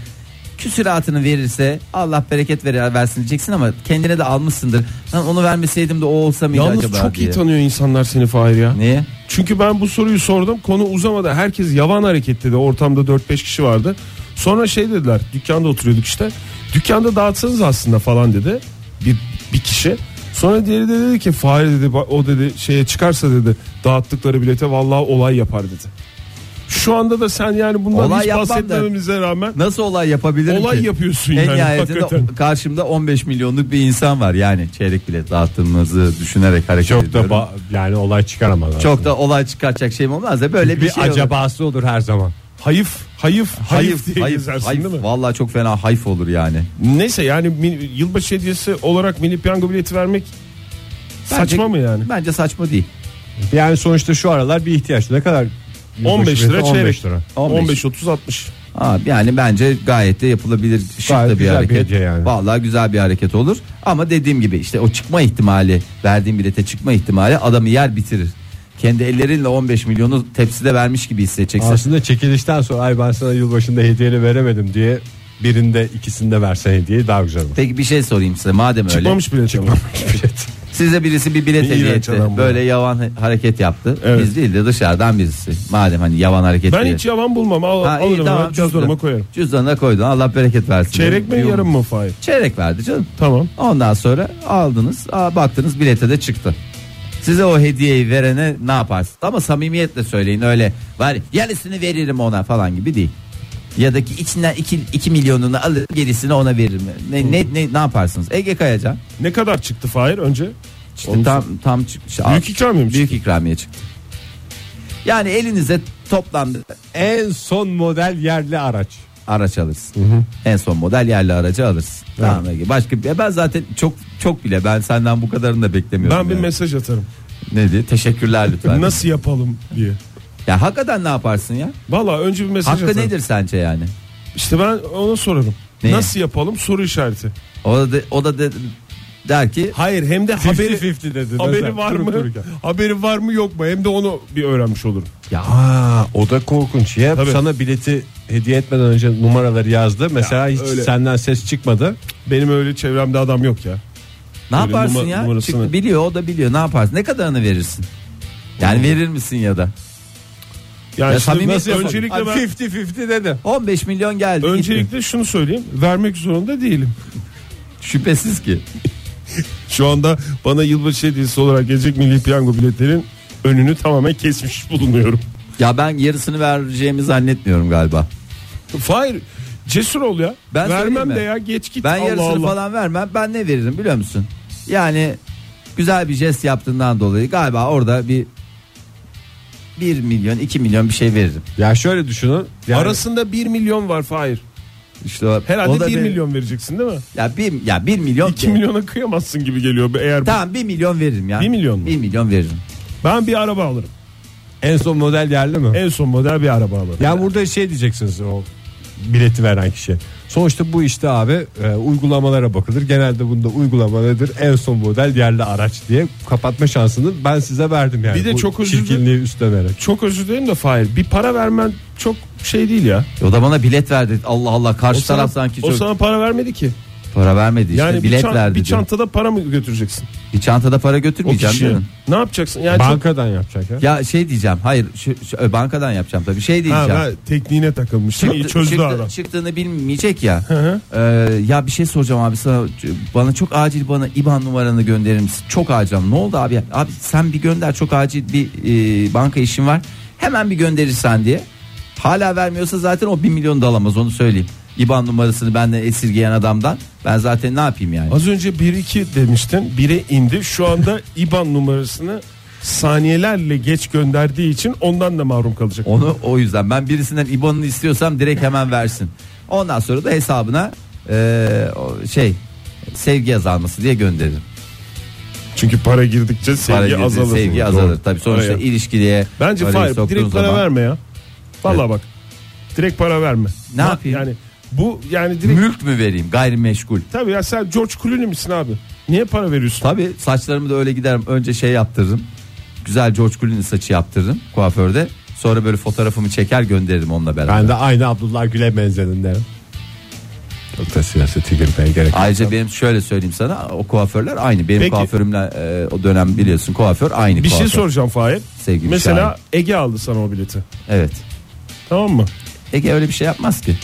S4: Küsüratını verirse Allah bereket verir versin diyeceksin ama kendine de almışsındır. Lan onu vermeseydim de o olsa mıydı
S5: Yalnız
S4: acaba
S5: çok
S4: diye.
S5: iyi tanıyor insanlar seni Fahir ya.
S4: Niye?
S5: Çünkü ben bu soruyu sordum konu uzamadı. Herkes yavan hareket dedi. Ortamda 4-5 kişi vardı. Sonra şey dediler dükkanda oturuyorduk işte. Dükkanda dağıtsanız aslında falan dedi. Bir, bir kişi. Sonra diğeri de dedi ki Fahir dedi ba- o dedi şeye çıkarsa dedi dağıttıkları bilete vallahi olay yapar dedi. Şu anda da sen yani bundan
S4: Olay
S5: hiç
S4: yapmam da-
S5: bahsetmememize rağmen
S4: Nasıl olay yapabilirim
S5: olay
S4: ki?
S5: yapıyorsun
S4: En
S5: yani.
S4: nihayetinde
S5: hakikaten.
S4: karşımda 15 milyonluk bir insan var yani çeyrek bilet dağıttığımızı düşünerek hareket
S3: Çok da
S4: ediyorum.
S3: ba- yani olay çıkaramadılar.
S4: çok da olay çıkartacak şeyim olmaz da böyle
S5: E,
S3: bir,
S4: bir, şey olur.
S3: acabası olur her zaman.
S5: Hayıf, hayıf, hayıf, diye gezersin
S4: hayıf.
S5: değil mi?
S4: Vallahi çok fena hayf olur yani.
S5: Neyse yani mini- yılbaşı hediyesi olarak mini piyango bileti vermek saçma mı
S4: Bence-
S5: yani?
S4: Bence saçma değil.
S3: Yani sonuçta şu aralar bir ihtiyaç. Ne kadar?
S5: 15 lira
S3: 15
S5: çeyrek.
S3: lira.
S4: 15.
S5: 15 30 60.
S4: Abi yani bence gayet de yapılabilir şık
S3: Gayet
S4: da bir
S3: güzel bir
S4: hareket.
S3: hediye yani.
S4: Vallahi güzel bir hareket olur. Ama dediğim gibi işte o çıkma ihtimali, verdiğim bilete çıkma ihtimali adamı yer bitirir. Kendi ellerinle 15 milyonu tepside vermiş gibi hissedeceksin.
S3: Aslında çekilişten sonra ay ben sana yılbaşında hediyeni veremedim diye birinde ikisinde versen hediyeyi daha güzel olur.
S4: Peki bir şey sorayım size madem öyle.
S5: Çıkmamış bile çıkmamış.
S4: Size birisi bir bilet
S5: Ne
S4: hediye
S5: iğrenç
S4: etti.
S5: adam bu.
S4: Böyle yavan ha- hareket yaptı.
S5: Evet.
S4: Biz değil de dışarıdan birisi. Madem hani yavan hareket
S5: Ben
S4: diye.
S5: hiç yavan bulmam. Al,
S4: Ha, iyi,
S5: alırım
S4: tamam,
S5: ben
S4: çok
S5: cüzdanıma
S4: güzel.
S5: koyarım.
S4: Cüzdanına koydun. Allah bereket versin.
S5: Çeyrek mi
S4: Yum-
S5: yarım mı Fahir?
S4: Çeyrek verdi canım.
S5: Tamam.
S4: Ondan sonra aldınız, aa, baktınız bilete de çıktı. Size o hediyeyi verene ne yaparsınız? Ama samimiyetle söyleyin öyle. Var ya, yarısını veririm ona falan gibi değil. Ya da ki içinden 2 2 milyonunu alır gerisini ona veririm. Ne ne ne, ne yaparsınız? Ege Kayacan.
S5: Ne kadar çıktı Fahir önce?
S4: İşte
S5: Oğlum,
S4: tam tam çıkmış.
S5: Büyük ikramiye mi
S4: Büyük ikramiye çıktı. Yani elinize toplamda
S3: En son model yerli araç.
S4: araç alırsın. En son model yerli aracı alırsın. Tamam Ege. Başka bir ben zaten çok çok bile ben senden bu kadarını da beklemiyorum.
S5: Ben bir
S4: yani.
S5: mesaj atarım.
S4: Ne diye? Teşekkürler lütfen.
S5: Nasıl yapalım diye.
S4: Ya hakikaten ne yaparsın ya?
S5: Valla önce bir mesaj
S4: Hakkı
S5: atarım.
S4: nedir sence yani?
S5: İşte ben ona sorarım.
S4: Neye?
S5: Nasıl yapalım soru işareti.
S4: O da, de- o da de- der ki
S5: Hayır hem de haberi,
S3: 50-50 dedi.
S5: haberi
S3: Mesela
S5: var
S3: durup
S5: mı?
S3: dururken.
S5: Haberi var mı yok mu? Hem de onu bir öğrenmiş olurum.
S4: ya
S3: Aa, o da korkunç. Ya
S5: Tabii.
S3: sana bileti hediye etmeden önce numaraları yazdı. Mesela
S5: Ya,
S3: hiç
S5: öyle.
S3: senden ses çıkmadı.
S5: Benim öyle çevremde adam yok ya.
S4: ne
S5: Böyle
S4: yaparsın
S5: numa-
S4: ya?
S5: numarasını-
S4: Çıktı, biliyor o da biliyor. Ne yaparsın? Ne kadarını verirsin? Yani verir misin ya da?
S5: Yani
S4: Ya
S5: şimdi
S4: samimi-
S5: nasıl
S4: Yapalım.
S5: öncelikle
S3: Abi
S5: ben
S3: 50-50 dedi.
S4: 15 milyon geldi. gitti.
S5: öncelikle şunu söyleyeyim. Vermek zorunda değilim.
S4: şüphesiz ki.
S5: Şu anda bana yılbaşı hediyesi olarak gelecek milli piyango biletlerin önünü tamamen kesmiş bulunuyorum.
S4: Ya ben yarısını vereceğimi zannetmiyorum galiba.
S5: Fahir cesur ol ya.
S4: Ben
S5: Vermem
S4: söyleyeyim mi?
S5: de ya geç git.
S4: Ben
S5: Allah
S4: yarısını
S5: Allah.
S4: falan vermem. Ben ne veririm biliyor musun? Yani güzel bir jest yaptığından dolayı galiba orada bir 1 milyon 2 milyon bir şey veririm.
S3: Ya şöyle düşünün. Yani
S5: Arasında 1 milyon var Fahir.
S4: İşte o, o
S5: Herhalde
S4: da
S5: 1
S4: bir-
S5: milyon vereceksin değil mi?
S4: Ya 1 ya 1 milyon
S5: 2 milyona kıyamazsın gibi geliyor eğer.
S4: Tamam 1 milyon veririm ya.
S5: Bir milyon mu?
S4: 1 milyon veririm.
S5: Ben bir araba alırım.
S3: en son model yerli mi?
S5: En son model bir araba alırım.
S3: Ya burada şey diyeceksiniz o bileti veren kişi. Sonuçta bu işte abi e, uygulamalara bakılır. Genelde bunda uygulama nedir? En son model yerli araç diye kapatma şansını ben size verdim yani.
S5: Bir de
S3: Bu
S5: çok özür
S3: çirkinliği üstlenerek.
S5: Çok özür dilerim de Fahir bir para vermen çok şey değil ya.
S4: O da bana bilet verdi. Allah Allah karşı
S5: sana-
S4: taraf sanki
S5: o
S4: çok.
S5: sana para vermedi ki.
S4: Para vermedi işte
S5: Yani bir,
S4: bilet
S5: çan-
S4: verdi.
S5: bir
S4: diyor.
S5: çantada para mı götüreceksin?
S4: Bir çantada para
S5: O
S4: götürmeyeceğim
S5: kişiye.
S4: canım.
S5: Ne yapacaksın? Yani çok-
S3: Bankadan yapacak ya.
S4: Ya şey diyeceğim. Hayır, şu, şu- ö, bankadan yapacağım tabii. Şey
S5: Ha,
S4: diyeceğim.
S5: ben tekniğine takılmıştım. İyi
S4: Çıktı-
S5: çözdü
S4: çıktı-
S5: adam.
S4: Çıktığını bilmeyecek ya.
S5: hı.
S4: Ee, ya bir şey soracağım abi sana. Bana çok acil bana IBAN numaranı gönderir misin? Çok acil. Ne oldu abi? ya? Abi sen bir gönder çok acil bir e, banka işim var. Hemen bir gönderirsen diye. Hala vermiyorsa zaten o 1 milyon da alamaz onu söyleyeyim. IBAN numarasını benden esirgeyen adamdan ben zaten ne yapayım yani?
S5: Az önce 1-2 demiştin. 1'e indi. Şu anda IBAN numarasını saniyelerle geç gönderdiği için ondan da mahrum kalacak.
S4: Onu o yüzden ben birisinden IBAN'ını istiyorsam direkt hemen versin. Ondan sonra da hesabına e, o şey sevgi azalması diye gönderirim.
S5: Çünkü para girdikçe sevgi
S4: Para girdi,
S5: azalır.
S4: Sevgi
S5: Doğru.
S4: azalır. Tabii sonuçta
S5: Aynen.
S4: ilişkiye
S5: Bence
S4: parayı
S5: hayır
S4: soktuğun
S5: direkt para
S4: zaman-
S5: verme ya. Vallahi
S4: Evet.
S5: bak. Direkt para verme.
S4: Ne
S5: Ha,
S4: yapayım?
S5: Yani bu yani direkt
S4: Mülk mü vereyim gayrimeşgul?
S5: tabii ya sen George Clooney misin abi? Niye para veriyorsun?
S4: Tabii saçlarımı da öyle giderim. Önce şey yaptırırım. Güzel George Clooney saçı yaptırırım kuaförde. Sonra böyle fotoğrafımı çeker gönderirim onunla beraber.
S3: Ben de aynı Abdullah Gül'e benzedim derim. Çok da siyasete girmeye gerek yok.
S4: Ayrıca benim şöyle söyleyeyim sana o kuaförler aynı. Benim
S5: Peki.
S4: kuaförümle e, o dönem biliyorsun kuaför aynı
S5: Bir
S4: kuaför.
S5: şey soracağım Fahir.
S4: Sevgili
S5: Mesela Ege aldı sana o bileti.
S4: Evet.
S5: Tamam mı?
S4: Ege öyle bir şey yapmaz ki.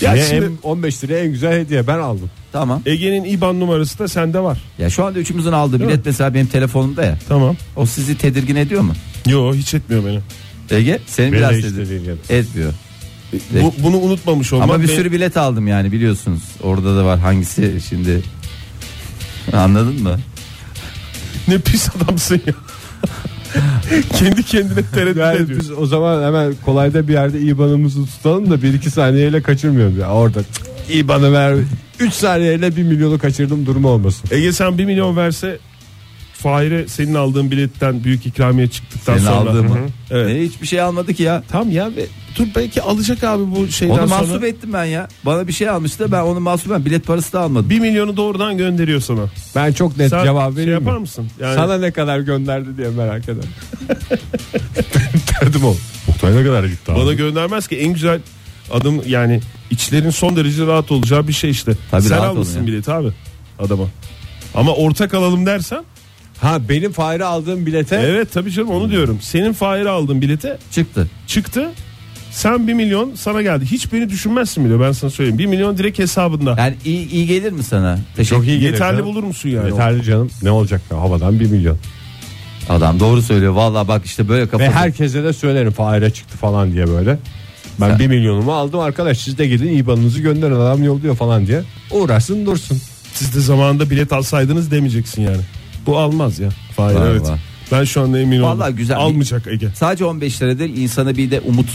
S5: Ya
S3: Niye
S5: şimdi
S3: en- 15 liraya en güzel hediye ben aldım.
S4: Tamam.
S5: Ege'nin IBAN numarası da sende var.
S4: Ya şu anda üçümüzün aldığı
S5: Değil
S4: bilet
S5: mi?
S4: mesela benim telefonumda ya.
S5: Tamam.
S4: O sizi tedirgin ediyor mu?
S5: Yo hiç etmiyor beni.
S4: Ege seni
S3: Beni
S4: biraz
S3: de hiç
S4: tedirgin
S3: tedirgin etmiyor.
S4: etmiyor.
S5: Bu, bunu unutmamış olmak.
S4: Ama bir
S5: beni-
S4: sürü bilet aldım yani biliyorsunuz. Orada da var hangisi şimdi. Anladın mı?
S5: Ne pis adamsın ya. Kendi kendine tereddüt
S3: Yani
S5: ediyor.
S3: biz o zaman hemen kolayda bir yerde IBAN'ımızı tutalım da 1-2 saniyeyle kaçırmıyorum ya orada. cık, IBAN'ı ver 3 saniyeyle 1 milyonu kaçırdım durumu olmasın.
S5: Ege sen 1 milyon verse Fahir'e senin aldığın biletten büyük ikramiye çıktıktan
S4: Senin
S5: sonra.
S4: aldığımı.
S5: Hı hı. Evet.
S4: E, hiçbir şey almadı ki ya.
S5: Tam ya ve dur belki alacak abi bu şeyden
S4: Onu mahsup
S5: sonra.
S4: ettim ben ya. Bana bir şey almıştı ben onu mahsup ben bilet parası da almadım.
S5: 1 milyonu doğrudan gönderiyor sana.
S3: Ben çok net
S5: Sen
S3: cevap
S5: şey
S3: vereyim
S5: yapar
S3: mi?
S5: mısın? Yani
S3: Sana ne kadar gönderdi diye merak ederim. Derdim o. Oktay ne kadar gitti
S5: bana göndermez ki en güzel adım yani içlerin son derece rahat olacağı bir şey işte.
S4: Tabii
S5: Sen
S4: rahat olun
S5: almışsın
S4: ya.
S5: bileti abi adama. Ama ortak alalım dersen
S3: Ha benim Fahir'e aldığım bilete
S5: evet tabii canım onu diyorum. Senin Fahir'e aldığın bilete
S4: Çıktı.
S5: çıktı. Sen 1 milyon sana geldi. Hiç beni düşünmezsin bile ben sana söyleyeyim. 1 milyon direkt hesabında.
S4: Yani iyi, iyi gelir mi sana? Teşekkür.
S3: çok iyi gelir.
S5: Yeterli
S3: canım.
S5: bulur musun yani?
S3: Yeterli canım. Ne olacak ya havadan 1 milyon.
S4: Adam doğru söylüyor. Vallahi bak işte böyle kafa.
S3: Ve herkese de söylerim Fahir'e çıktı falan diye böyle. Ben
S4: Sen-
S3: 1 milyonumu aldım arkadaş siz de gidin IBAN'ınızı gönderin adam yolluyor falan diye. Uğraşsın dursun.
S5: Siz de zamanında bilet alsaydınız demeyeceksin yani. Bu almaz ya. Hayır
S4: Var,
S5: evet.
S4: var.
S5: Ben şu anda emin oldum.
S4: Vallahi güzel.
S5: Almayacak Ege.
S4: Sadece 15 lira değil insana bir de umut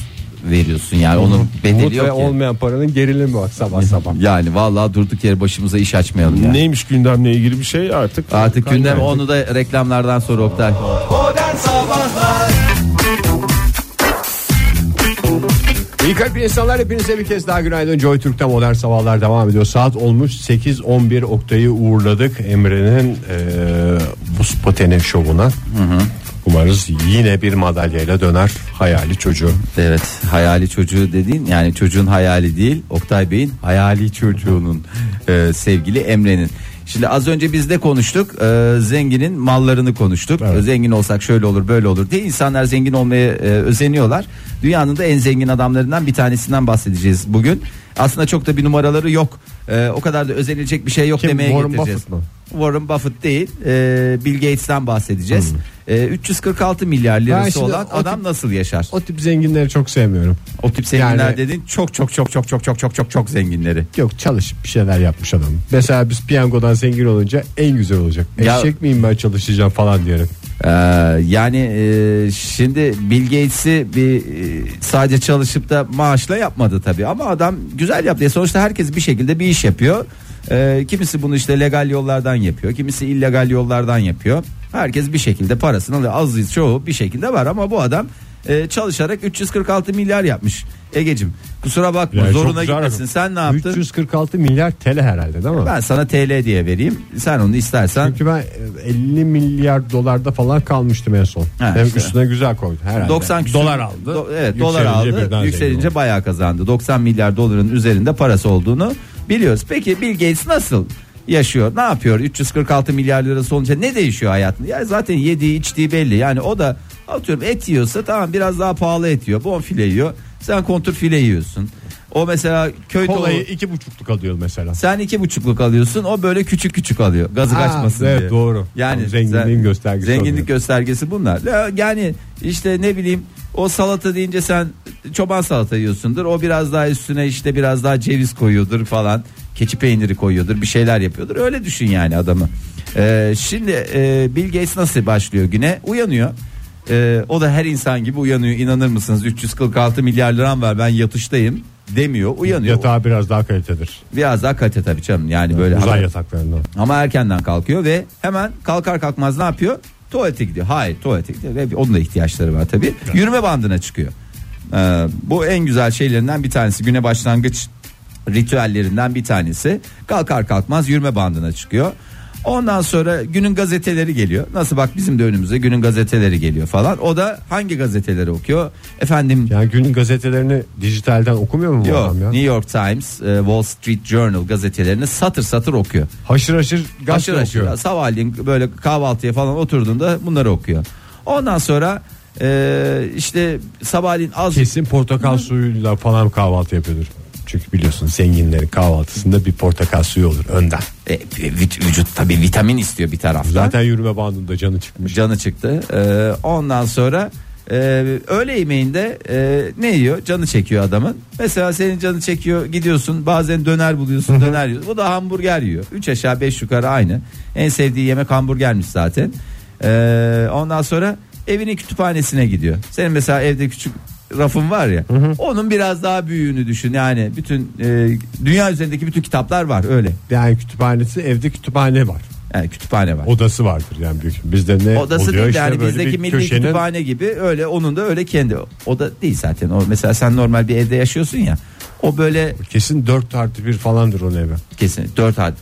S4: veriyorsun yani onun
S3: Umut
S4: bedeli
S3: ve
S4: yok ya.
S3: olmayan paranın gerilimi var sabah sabah.
S4: Yani vallahi durduk yere başımıza iş açmayalım yani.
S5: Neymiş gündemle ilgili bir şey artık.
S4: Artık
S5: Kaynak.
S4: gündem onu da reklamlardan sonra Oktay.
S2: Modern Sabahlar
S3: İyi kalp insanlar hepinize bir kez daha günaydın. Joy Türk'te modern sabahlar devam ediyor. Saat olmuş 8.11 Oktay'ı uğurladık. Emre'nin eee buz pateni şovuna. Umarız yine bir madalyayla döner hayali çocuğu.
S4: Evet hayali çocuğu dediğin yani çocuğun hayali değil Oktay Bey'in hayali çocuğunun e, sevgili Emre'nin. Şimdi az önce biz de konuştuk e, zenginin mallarını konuştuk. E, Zengin olsak şöyle olur böyle olur diye insanlar zengin olmaya e, özeniyorlar. Dünyanın da en zengin adamlarından bir tanesinden bahsedeceğiz bugün. Aslında çok da bir numaraları yok. E, o kadar da özenilecek bir şey yok
S3: Kim,
S4: demeye
S3: Warren
S4: getireceğiz.
S3: Buffett mı?
S4: Warren Buffett değil e, Bill Gates'ten bahsedeceğiz. E, 346 milyar lirası
S3: Hmm. şimdi
S4: olan
S3: o tip-
S4: adam nasıl yaşar?
S3: O tip zenginleri çok sevmiyorum.
S4: O tip zenginler
S3: Yani-
S4: dedin çok çok çok çok çok çok çok çok çok zenginleri.
S3: Yok çalışıp bir şeyler yapmış adam. Mesela biz piyangodan zengin olunca en güzel olacak.
S4: Ya-
S3: Eşek miyim ben çalışacağım falan diyerek.
S4: Ee, yani e, şimdi Bill Gates'i bir e, sadece çalışıp da maaşla yapmadı tabii ama adam güzel yaptı. E, Sonuçta herkes bir şekilde bir iş yapıyor. Ee, kimisi bunu işte legal yollardan yapıyor, kimisi illegal yollardan yapıyor. Herkes bir şekilde parasını alıyor. Az çoğu bir şekilde var ama bu adam e, çalışarak 346 milyar yapmış. Egecim kusura bakma
S3: Yani çok
S4: zoruna
S3: güzel
S4: gitmesin.
S3: rakam.
S4: Sen ne yaptın?
S3: 346 milyar TL herhalde değil mi?
S4: Ben sana TL diye vereyim. Sen onu istersen
S3: Çünkü ben 50 milyar dolarda falan kalmıştım en son.
S4: Ha,
S3: Hem
S4: işte.
S3: üstüne güzel koydu herhalde.
S4: 90 küsür-
S3: dolar aldı.
S4: Do- evet
S3: Yükselince
S4: dolar aldı.
S3: birden zengin
S4: Yükselince
S3: oldu.
S4: bayağı kazandı. 90 milyar doların üzerinde parası olduğunu Biliyoruz. Peki Bill Gates nasıl yaşıyor? Ne yapıyor? 346 milyar lirası olunca ne değişiyor hayatında? Ya zaten yediği içtiği belli. Yani o da atıyorum et yiyorsa tamam biraz daha pahalı et yiyor. Bonfile yiyor. Sen kontur file yiyorsun. O mesela köyde
S3: Kolayı
S4: o-
S3: iki buçukluk alıyor mesela.
S4: sen iki buçukluk alıyorsun. O böyle küçük küçük alıyor. Gazı
S3: Ha,
S4: kaçmasın
S3: evet,
S4: diye.
S3: doğru.
S4: Yani
S3: Tam zenginliğin
S4: sen-
S3: göstergesi
S4: Zenginlik
S3: oluyor.
S4: göstergesi bunlar. Ya, Yani işte ne bileyim o salata deyince sen çoban salata yiyorsundur. O biraz daha üstüne işte biraz daha ceviz koyuyordur falan. Keçi peyniri koyuyordur. Bir şeyler yapıyordur. Öyle düşün yani adamı. Ee, şimdi e, Bill Gates nasıl başlıyor güne? Uyanıyor. Ee, o da her insan gibi uyanıyor. İnanır mısınız? 346 milyar liram var ben yatıştayım demiyor. Uyanıyor.
S3: Yatağı biraz daha kalitedir.
S4: Biraz daha kalite tabii canım. Yani böyle
S3: Uzay
S4: Ama-
S3: yataklarından.
S4: ama erkenden kalkıyor ve hemen kalkar kalkmaz ne yapıyor? Tuvalete gidiyor. Hayır tuvalete gidiyor ve onun da ihtiyaçları var tabii. Yürüme bandına çıkıyor. Ee, bu en güzel şeylerinden bir tanesi. Güne başlangıç ritüellerinden bir tanesi. Kalkar kalkmaz yürüme bandına çıkıyor. Ondan sonra günün gazeteleri geliyor. Nasıl bak bizim de önümüze günün gazeteleri geliyor falan. O da hangi gazeteleri okuyor? Efendim
S3: Yani günün gazetelerini dijitalden okumuyor mu bu
S4: yok
S3: adam ya?
S4: New York Times, e, Wall Street Journal gazetelerini satır satır okuyor.
S3: Haşır haşır gazete
S4: Aşırı
S3: okuyor.
S4: aşırı. Sabahleyin böyle kahvaltıya falan oturduğunda bunları okuyor. Ondan sonra e, işte sabahleyin az
S3: Kesin portakal suyuyla falan kahvaltı yapıyordur. Çünkü biliyorsun zenginlerin kahvaltısında bir portakal suyu olur önden.
S4: E, vüc- vücut tabii vitamin istiyor bir taraftan.
S3: Zaten yürüme bandında canı çıkmış.
S4: canı çıktı. E, ondan sonra e, öğle yemeğinde e, ne yiyor? Canı çekiyor adamın. Mesela senin canı çekiyor gidiyorsun bazen döner buluyorsun döner yiyorsun. Bu da hamburger yiyor. 3 aşağı 5 yukarı aynı. En sevdiği yemek hamburgermiş zaten. E, ondan sonra evinin kütüphanesine gidiyor. Senin mesela evde küçük rafın var ya. Onun biraz daha büyüğünü düşün. Yani bütün e, dünya üzerindeki bütün kitaplar var öyle.
S3: Yani kütüphanesi evde kütüphane var.
S4: Yani kütüphane var.
S3: Odası vardır yani büyük. Bizde ne
S4: Odası
S3: E, oluyor
S4: değil
S3: işte
S4: yani
S3: böyle
S4: bizdeki
S3: bir
S4: milli
S3: köşenin
S4: kütüphane gibi öyle onun da öyle kendi oda değil zaten. O mesela sen normal bir evde yaşıyorsun ya. O böyle
S3: kesin 4 artı 1 falandır onun evi.
S4: kesin 4 artı.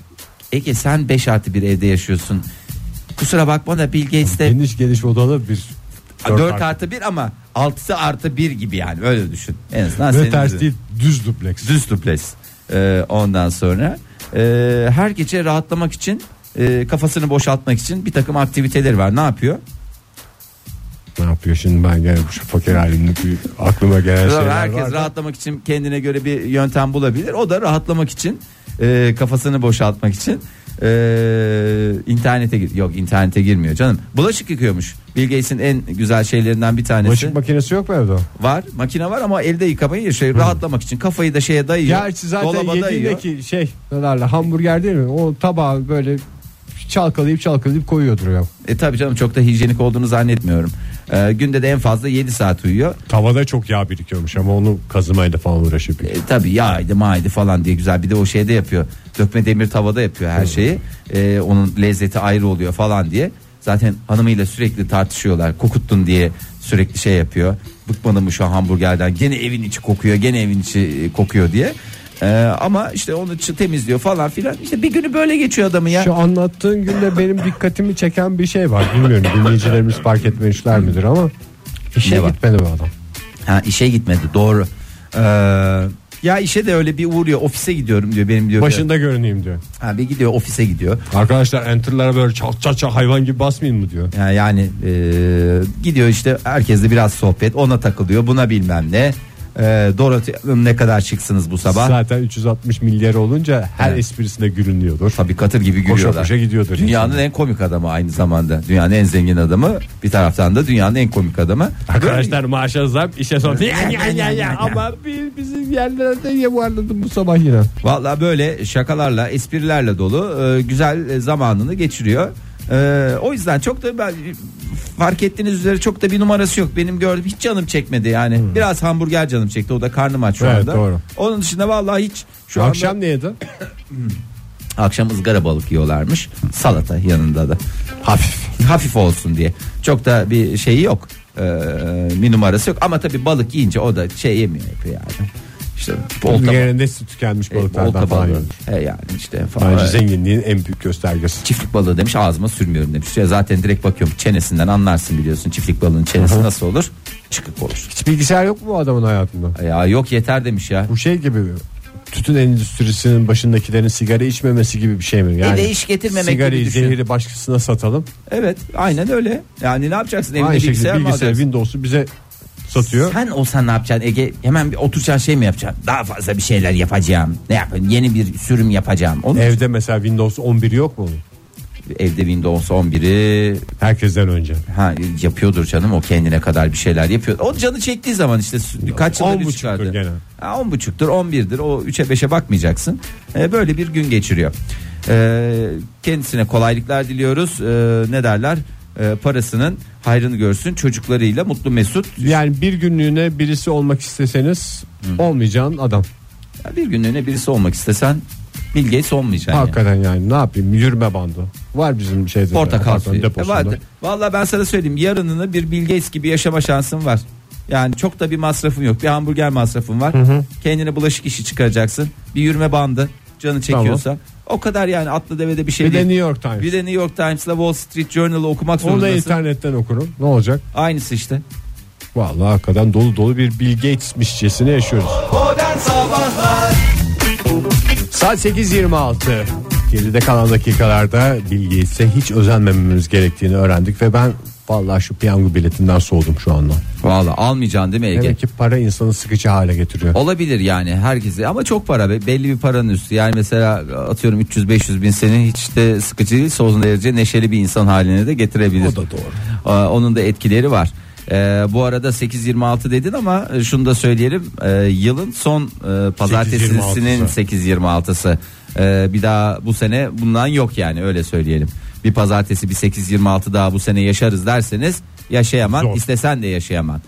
S4: Ege sen 5 artı bir evde yaşıyorsun. Kusura bakma da Bill Gates de
S3: Geniş geniş odalı bir
S4: 4, artı 1 ama 6'sı artı 1 gibi yani öyle düşün. En azından
S3: Ve
S4: senin
S3: ters
S4: düz-
S3: değil düz dupleks.
S4: düz duplex. Ee, ondan sonra e, her gece rahatlamak için e, kafasını boşaltmak için bir takım aktiviteleri var. Ne yapıyor?
S3: Ne yapıyor şimdi ben gene bu şu fakir halimdeki aklıma gelen şeyler
S4: herkes
S3: var. da-
S4: rahatlamak için kendine göre bir yöntem bulabilir. O da rahatlamak için e, kafasını boşaltmak için e, internete gir yok internete girmiyor canım. Bulaşık yıkıyormuş. Bill Gates'in en güzel şeylerinden bir tanesi.
S3: Bulaşık makinesi yok mu evde? o?
S4: var. Makine var ama elde yıkamayı şey rahatlamak için kafayı da şeye dayıyor.
S3: Gerçi zaten
S4: dolaba dayıyor.
S3: yediğindeki şey ne derler hamburger değil mi? O tabağı böyle çalkalayıp çalkalayıp koyuyordur ya.
S4: E tabii canım çok da hijyenik olduğunu zannetmiyorum. E, günde de en fazla 7 saat uyuyor.
S3: Tavada çok yağ birikiyormuş ama onu kazımayla falan uğraşıp.
S4: E, tabii yağydı maydı falan diye güzel bir de o şeyde yapıyor dökme demir tavada yapıyor her şeyi E, onun lezzeti ayrı oluyor falan diye zaten hanımıyla sürekli tartışıyorlar kokuttun diye sürekli şey yapıyor bıkmadım mı şu an hamburgerden gene evin içi kokuyor gene evin içi e, kokuyor diye E, ama işte onu çı- temizliyor falan filan işte bir günü böyle geçiyor adamı ya
S3: Şu anlattığın günde benim dikkatimi çeken bir şey var. Bilmiyorum dinleyicilerimiz fark etmemişler midir ama işe
S4: Ne şey var?
S3: gitmedi bu adam.
S4: ha, işe gitmedi doğru E, ya işe de öyle bir uğruyor ofise gidiyorum diyor benim diyor
S3: Başında görüneyim diyor.
S4: ha, bir gidiyor ofise gidiyor
S3: Arkadaşlar enter'lara böyle çat çat çat hayvan gibi basmayayım mı diyor.
S4: Yani, yani e, gidiyor işte herkesle biraz sohbet ona takılıyor buna bilmem ne. E, Dorothy Hanım ne kadar çıksınız bu sabah?
S3: Zaten 360 milyar olunca her
S4: Evet.
S3: esprisine gülünüyordur.
S4: Tabii katır gibi gülüyorlar.
S3: koşa gidiyordur
S4: Dünyanın
S3: insanlar.
S4: en komik adamı aynı zamanda. Dünyanın en zengin adamı bir taraftan da dünyanın en komik adamı.
S3: Arkadaşlar maaşa zam işe son. Ya, ya, ya, ya. Ama bir bizim yerlerde yuvarladım bu sabah yine.
S4: Valla böyle şakalarla, esprilerle dolu e, güzel e, zamanını geçiriyor. E, o yüzden çok da ben fark ettiğiniz üzere çok da bir numarası yok. Benim gördüm hiç canım çekmedi yani. Biraz hamburger canım çekti. O da karnım aç şu
S3: Hmm. Evet,
S4: anda.
S3: doğru.
S4: Onun dışında vallahi hiç şu anda-
S3: Akşam ne yedi?
S4: akşam ızgara balık yiyorlarmış. Salata yanında da.
S3: Hafif.
S4: Hafif olsun diye. Çok da bir şeyi yok. Ee, bir numarası yok ama tabii balık yiyince o da şey yemiyor yapıyor yani. İşte bolta
S3: Yerinde su tükenmiş
S4: e,
S3: balıklardan
S4: bolta
S3: falan
S4: balığı.
S3: yiyor.
S4: He yani işte falan.
S3: Bence zenginliğin en büyük göstergesi.
S4: çiftlik balığı demiş ağzıma sürmüyorum demiş. Ya zaten direkt bakıyorum çenesinden anlarsın biliyorsun çiftlik balığının çenesi nasıl olur? Çıkık olur.
S3: Hiç bilgisayar yok mu bu adamın hayatında?
S4: Ya yok yeter demiş ya.
S3: Bu şey gibi tütün endüstrisinin başındakilerin sigara içmemesi gibi bir şey mi? Yani
S4: de iş E, getirmemek gibi
S3: sigarayı,
S4: düşün.
S3: zehri başkasına satalım.
S4: Evet aynen öyle. Yani ne yapacaksın evinde
S3: Aynı şekilde
S4: bilgisayar mı
S3: bilgisayar
S4: alacaksın?
S3: Windows'u bize satıyor.
S4: Sen olsan ne yapacaksın Ege? Hemen bir oturacaksın şey mi yapacaksın? Daha fazla bir şeyler yapacağım. Ne yapayım? Yeni bir sürüm yapacağım. Onun
S3: Evde mesela Windows 11 yok mu? E-
S4: evde Windows 11'i
S3: Herkesten önce.
S4: ha yapıyordur canım o kendine kadar bir şeyler yapıyor. O canı çektiği zaman işte s- kaç yıldır
S3: on
S4: üç
S3: buçuktur
S4: çıkardı.
S3: gene.
S4: Ha, on buçuktur on birdir o üçe beşe bakmayacaksın. Ee, böyle bir gün geçiriyor. Ee, kendisine kolaylıklar diliyoruz. Ee, ne derler? Ee, parasının hayrını görsün çocuklarıyla mutlu mesut.
S3: Yani bir günlüğüne birisi olmak isteseniz olmayacağın adam.
S4: Ya bir günlüğüne birisi olmak istesen Bill Gates olmayacaksın. yani.
S3: Hakikaten yani ne yapayım yürüme bandı. Var bizim şeyde.
S4: Portakal
S3: apartmanın
S4: suyu.
S3: deposunda.
S4: E, vardı. Vallahi ben sana söyleyeyim yarınını bir Bill Gates gibi yaşama şansın var. Yani çok da bir masrafın yok. Bir hamburger masrafın var. Kendine bulaşık işi çıkaracaksın. Bir yürüme bandı canı çekiyorsa. O kadar yani atlı devede bir şey
S3: Bir de
S4: değil.
S3: New York Times.
S4: Bir de New York Times'la Wall Street Journal'ı okumak
S3: Onu da
S4: zorundasın.
S3: internetten okurum. Ne olacak?
S4: Aynısı işte.
S3: Vallahi hakikaten dolu dolu bir Bill Gates'mişçesine yaşıyoruz.
S2: Modern Sabahlar
S3: Saat 8.26. Geride kalan dakikalarda Bill Gates'e hiç özenmememiz gerektiğini öğrendik ve ben vallahi şu piyango biletinden soğudum şu anda.
S4: Valla almayacaksın değil mi Ege?
S3: Demek ki para insanı sıkıcı hale getiriyor.
S4: Olabilir yani herkese ama çok para be- belli bir paranın üstü yani mesela atıyorum 300-500 bin seni hiç de sıkıcı değil son derece neşeli bir insan haline de getirebilir.
S3: O da doğru.
S4: Aa, onun da etkileri var. Ee, bu arada 8.26 dedin ama e, şunu da söyleyelim e, yılın son e, pazartesisinin
S3: 8.26'sı.
S4: 8.26'sı Ee, bir daha bu sene bundan yok yani öyle söyleyelim. Bir pazartesi bir 8.26 daha bu sene yaşarız derseniz yaşayamam
S3: Zor.
S4: istesen de yaşayamam.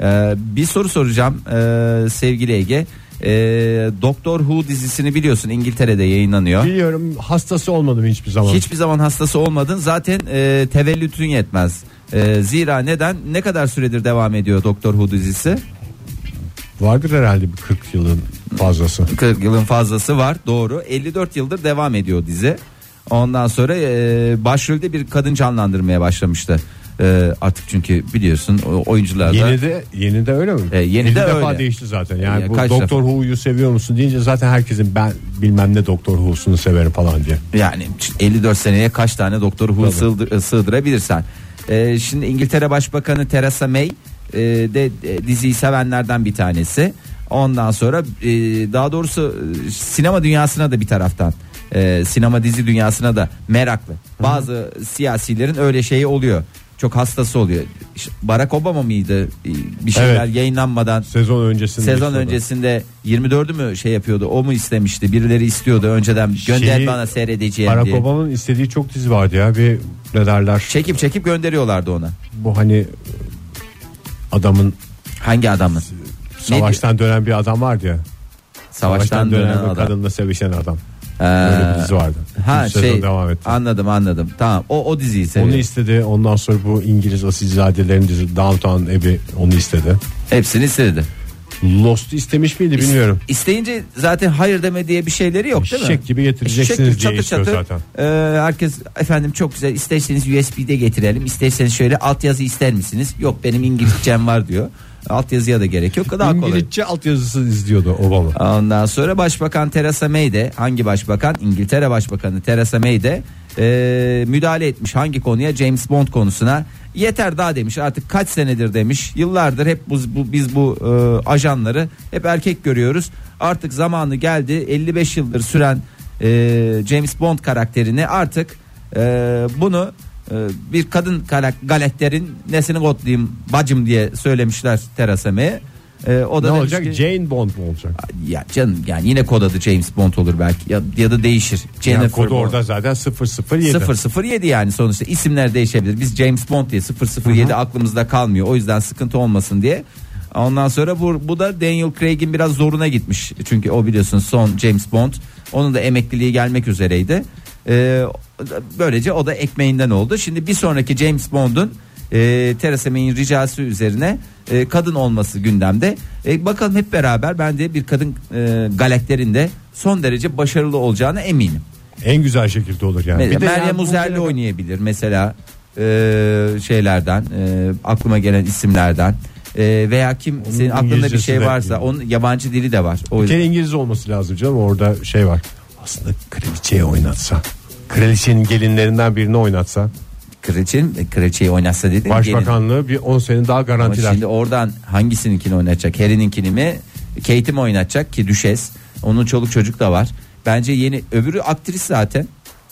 S4: Ee, bir soru soracağım ee, sevgili Ege. Ee, Doktor Who dizisini biliyorsun İngiltere'de yayınlanıyor.
S3: Biliyorum hastası olmadım hiçbir zaman.
S4: Hiçbir zaman hastası olmadın zaten e, tevellütün yetmez. Ee, zira neden ne kadar süredir devam ediyor Doktor Who dizisi?
S3: Vardır herhalde bir 40 yılın fazlası.
S4: 40 yılın fazlası var doğru 54 yıldır devam ediyor dizi. Ondan sonra e, başrolde bir kadın canlandırmaya başlamıştı. E, artık çünkü biliyorsun o- oyuncular da
S3: Yeni de yeni de öyle mi?
S4: E, yeni
S3: Yedi
S4: de
S3: defa
S4: öyle.
S3: değişti zaten. Yani
S4: Ya,
S3: bu
S4: kaç
S3: Doktor Who'yu seviyor musun deyince zaten herkesin ben bilmem ne Doktor Who'sunu severim falan diye.
S4: Yani 54 seneye kaç tane doktor Who sığdır- e, sığdırabilirsen. Ee, şimdi İngiltere Başbakanı Theresa May e, de e, diziyi sevenlerden bir tanesi. Ondan sonra e, daha doğrusu e, sinema dünyasına da bir taraftan e, sinema dizi dünyasına da meraklı. Bazı siyasilerin öyle şeyi oluyor. Çok hastası oluyor. İşte Barack Obama mıydı? E, Bir şeyler
S3: Evet.
S4: yayınlanmadan
S3: Sezon öncesinde
S4: Sezon
S3: işte o da.
S4: öncesinde 24'ü mü şey yapıyordu o mu istemişti birileri istiyordu önceden gönder
S3: Şeyi-
S4: bana seyredeceğim
S3: Barack
S4: diye.
S3: Obama'nın istediği çok dizi vardı ya bir ne derler
S4: Çekip çekip gönderiyorlardı ona.
S3: bu hani adamın
S4: Hangi adamın? Ne diyor?
S3: savaştan dönen bir adam vardı ya.
S4: Savaştan dönen
S3: ve
S4: adam.
S3: kadınla sevişen adam. Böyle bir
S4: Ee,
S3: dizi vardı.
S4: ha
S3: Üç sezon
S4: şey
S3: devam etti.
S4: anladım anladım. Tamam o o diziyi
S3: Onu
S4: seviyorum.
S3: istedi. Ondan sonra bu İngiliz asilzadelerin dizi Downton Abbey onu istedi.
S4: Hepsini istedi.
S3: Lost istemiş miydi bilmiyorum.
S4: İsteyince zaten hayır deme diye bir şeyleri yok değil mi?
S3: Eşek gibi getireceksiniz
S4: Eşek gibi
S3: diye istiyor zaten.
S4: Ee, herkes efendim çok güzel isterseniz USB'de getirelim. isterseniz şöyle altyazı ister misiniz? Yok benim İngilizcem var diyor. Altyazıya da gerek yok. Daha kolay.
S3: İngilizce altyazısı izliyordu Obama.
S4: Ondan sonra Başbakan Theresa May de hangi başbakan? İngiltere Başbakanı Theresa May de e, müdahale etmiş hangi konuya? James Bond konusuna. Yeter daha demiş artık kaç senedir demiş. Yıllardır hep bu, bu- biz bu e, ajanları hep erkek görüyoruz. Artık zamanı geldi 55 yıldır süren e, James Bond karakterini artık e, bunu e, bir kadın karak- galakterin nesini kodlayayım bacım diye söylemişler Theresa May'e. E, o da
S3: ne
S4: demiş
S3: olacak?
S4: ki-
S3: Jane Bond mu olacak?
S4: ya canım yani yine kod adı James Bond olur belki ya, ya da değişir. Jennifer
S3: Yani kodu
S4: Bond.
S3: orada zaten 007.
S4: 007 yani sonuçta isimler değişebilir. Biz James Bond diye 007 aklımızda kalmıyor. O yüzden sıkıntı olmasın diye. Ondan sonra bu, bu da Daniel Craig'in biraz zoruna gitmiş. Çünkü o biliyorsun son James Bond. Onun da emekliliği gelmek üzereydi. Ee, böylece o da ekmeğinden oldu. Şimdi bir sonraki James Bond'un e, Theresa May'in ricası üzerine e, kadın olması gündemde. E, bakalım hep beraber ben de bir kadın e, galakterinde son derece başarılı olacağına eminim.
S3: En güzel şekilde olur yani.
S4: Mesela
S3: Bir de
S4: Meryem
S3: yani bu-
S4: Uzerli oynayabilir mesela e, şeylerden e, aklıma gelen isimlerden e, veya kim senin aklında bir
S3: İngilizcesi
S4: şey
S3: de-
S4: varsa onun yabancı dili de var. O
S3: Bir kere İngiliz olması lazım canım orada şey var. Aslında kraliçeyi oynatsa. Kraliçenin gelinlerinden birini oynatsa.
S4: Kraliçenin kraliçeyi e, oynatsa dedim. gelin.
S3: Başbakanlığı bir 10 sene daha
S4: Ama
S3: garantiler.
S4: şimdi oradan hangisininkini oynatacak? Harry'ninkini mi? Kate'i mi oynatacak ki düşes? Onun çoluk çocuk da var. Bence yeni öbürü aktris zaten.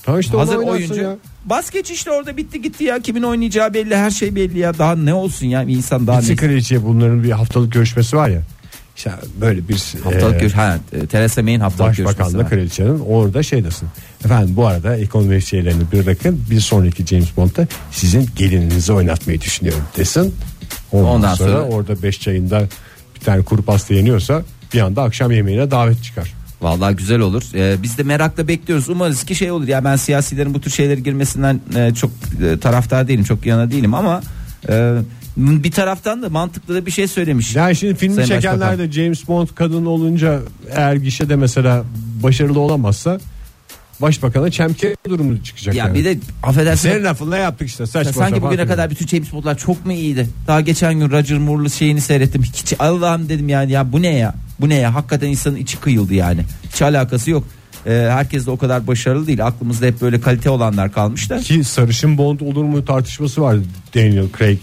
S3: Tamam işte onu
S4: Hazır
S3: oynatsın
S4: oyuncu.
S3: ya.
S4: Bas geç işte orada bitti gitti ya. Kimin oynayacağı belli, her şey belli ya. Daha ne olsun ya? Bir insan daha
S3: Gitsin
S4: ne?
S3: kraliçeye bunların bir haftalık görüşmesi var ya. İşte böyle bir
S4: Haftalık
S3: e,
S4: görüş. Ha, e, Theresa May'in haftalık görüşmesi.
S3: Başbakanla
S4: var.
S3: kraliçenin orada şey desin. Efendim bu arada ekonomi şeylerini bir bırakın bir sonraki James Bond'da sizin gelininizi oynatmayı düşünüyorum desin. Ondan,
S4: Ondan
S3: sonra,
S4: sonra-
S3: orada 5 çayında bir tane kuru pasta yeniyorsa bir anda akşam yemeğine davet çıkar.
S4: Vallahi güzel olur. Ee, biz de merakla bekliyoruz. Umarız ki şey olur. Ya ben siyasilerin bu tür şeylere girmesinden e, çok e, taraftar değilim, çok yana değilim ama e, bir taraftan da mantıklı da bir şey söylemiş.
S3: Yani şimdi filmi
S4: Sayın
S3: çekenler
S4: Başbakan.
S3: de James Bond kadın olunca eğer gişede mesela başarılı olamazsa başbakana çemke durumu çıkacak.
S4: Ya
S3: yani.
S4: bir de affedersin.
S3: senin lafınla yaptık işte saçma
S4: Sanki
S3: sapan
S4: bugüne
S3: film.
S4: kadar bütün James Bond'lar çok mu iyiydi? Daha geçen gün Roger Moore'lu şeyini seyrettim. Hiç Allah'ım dedim yani ya bu ne ya? Bu ne ya? Hakikaten insanın içi kıyıldı yani. Hiç alakası yok. Ee, herkes de o kadar başarılı değil. Aklımızda hep böyle kalite olanlar kalmış da.
S3: Ki sarışın Bond olur mu tartışması vardı Daniel Craig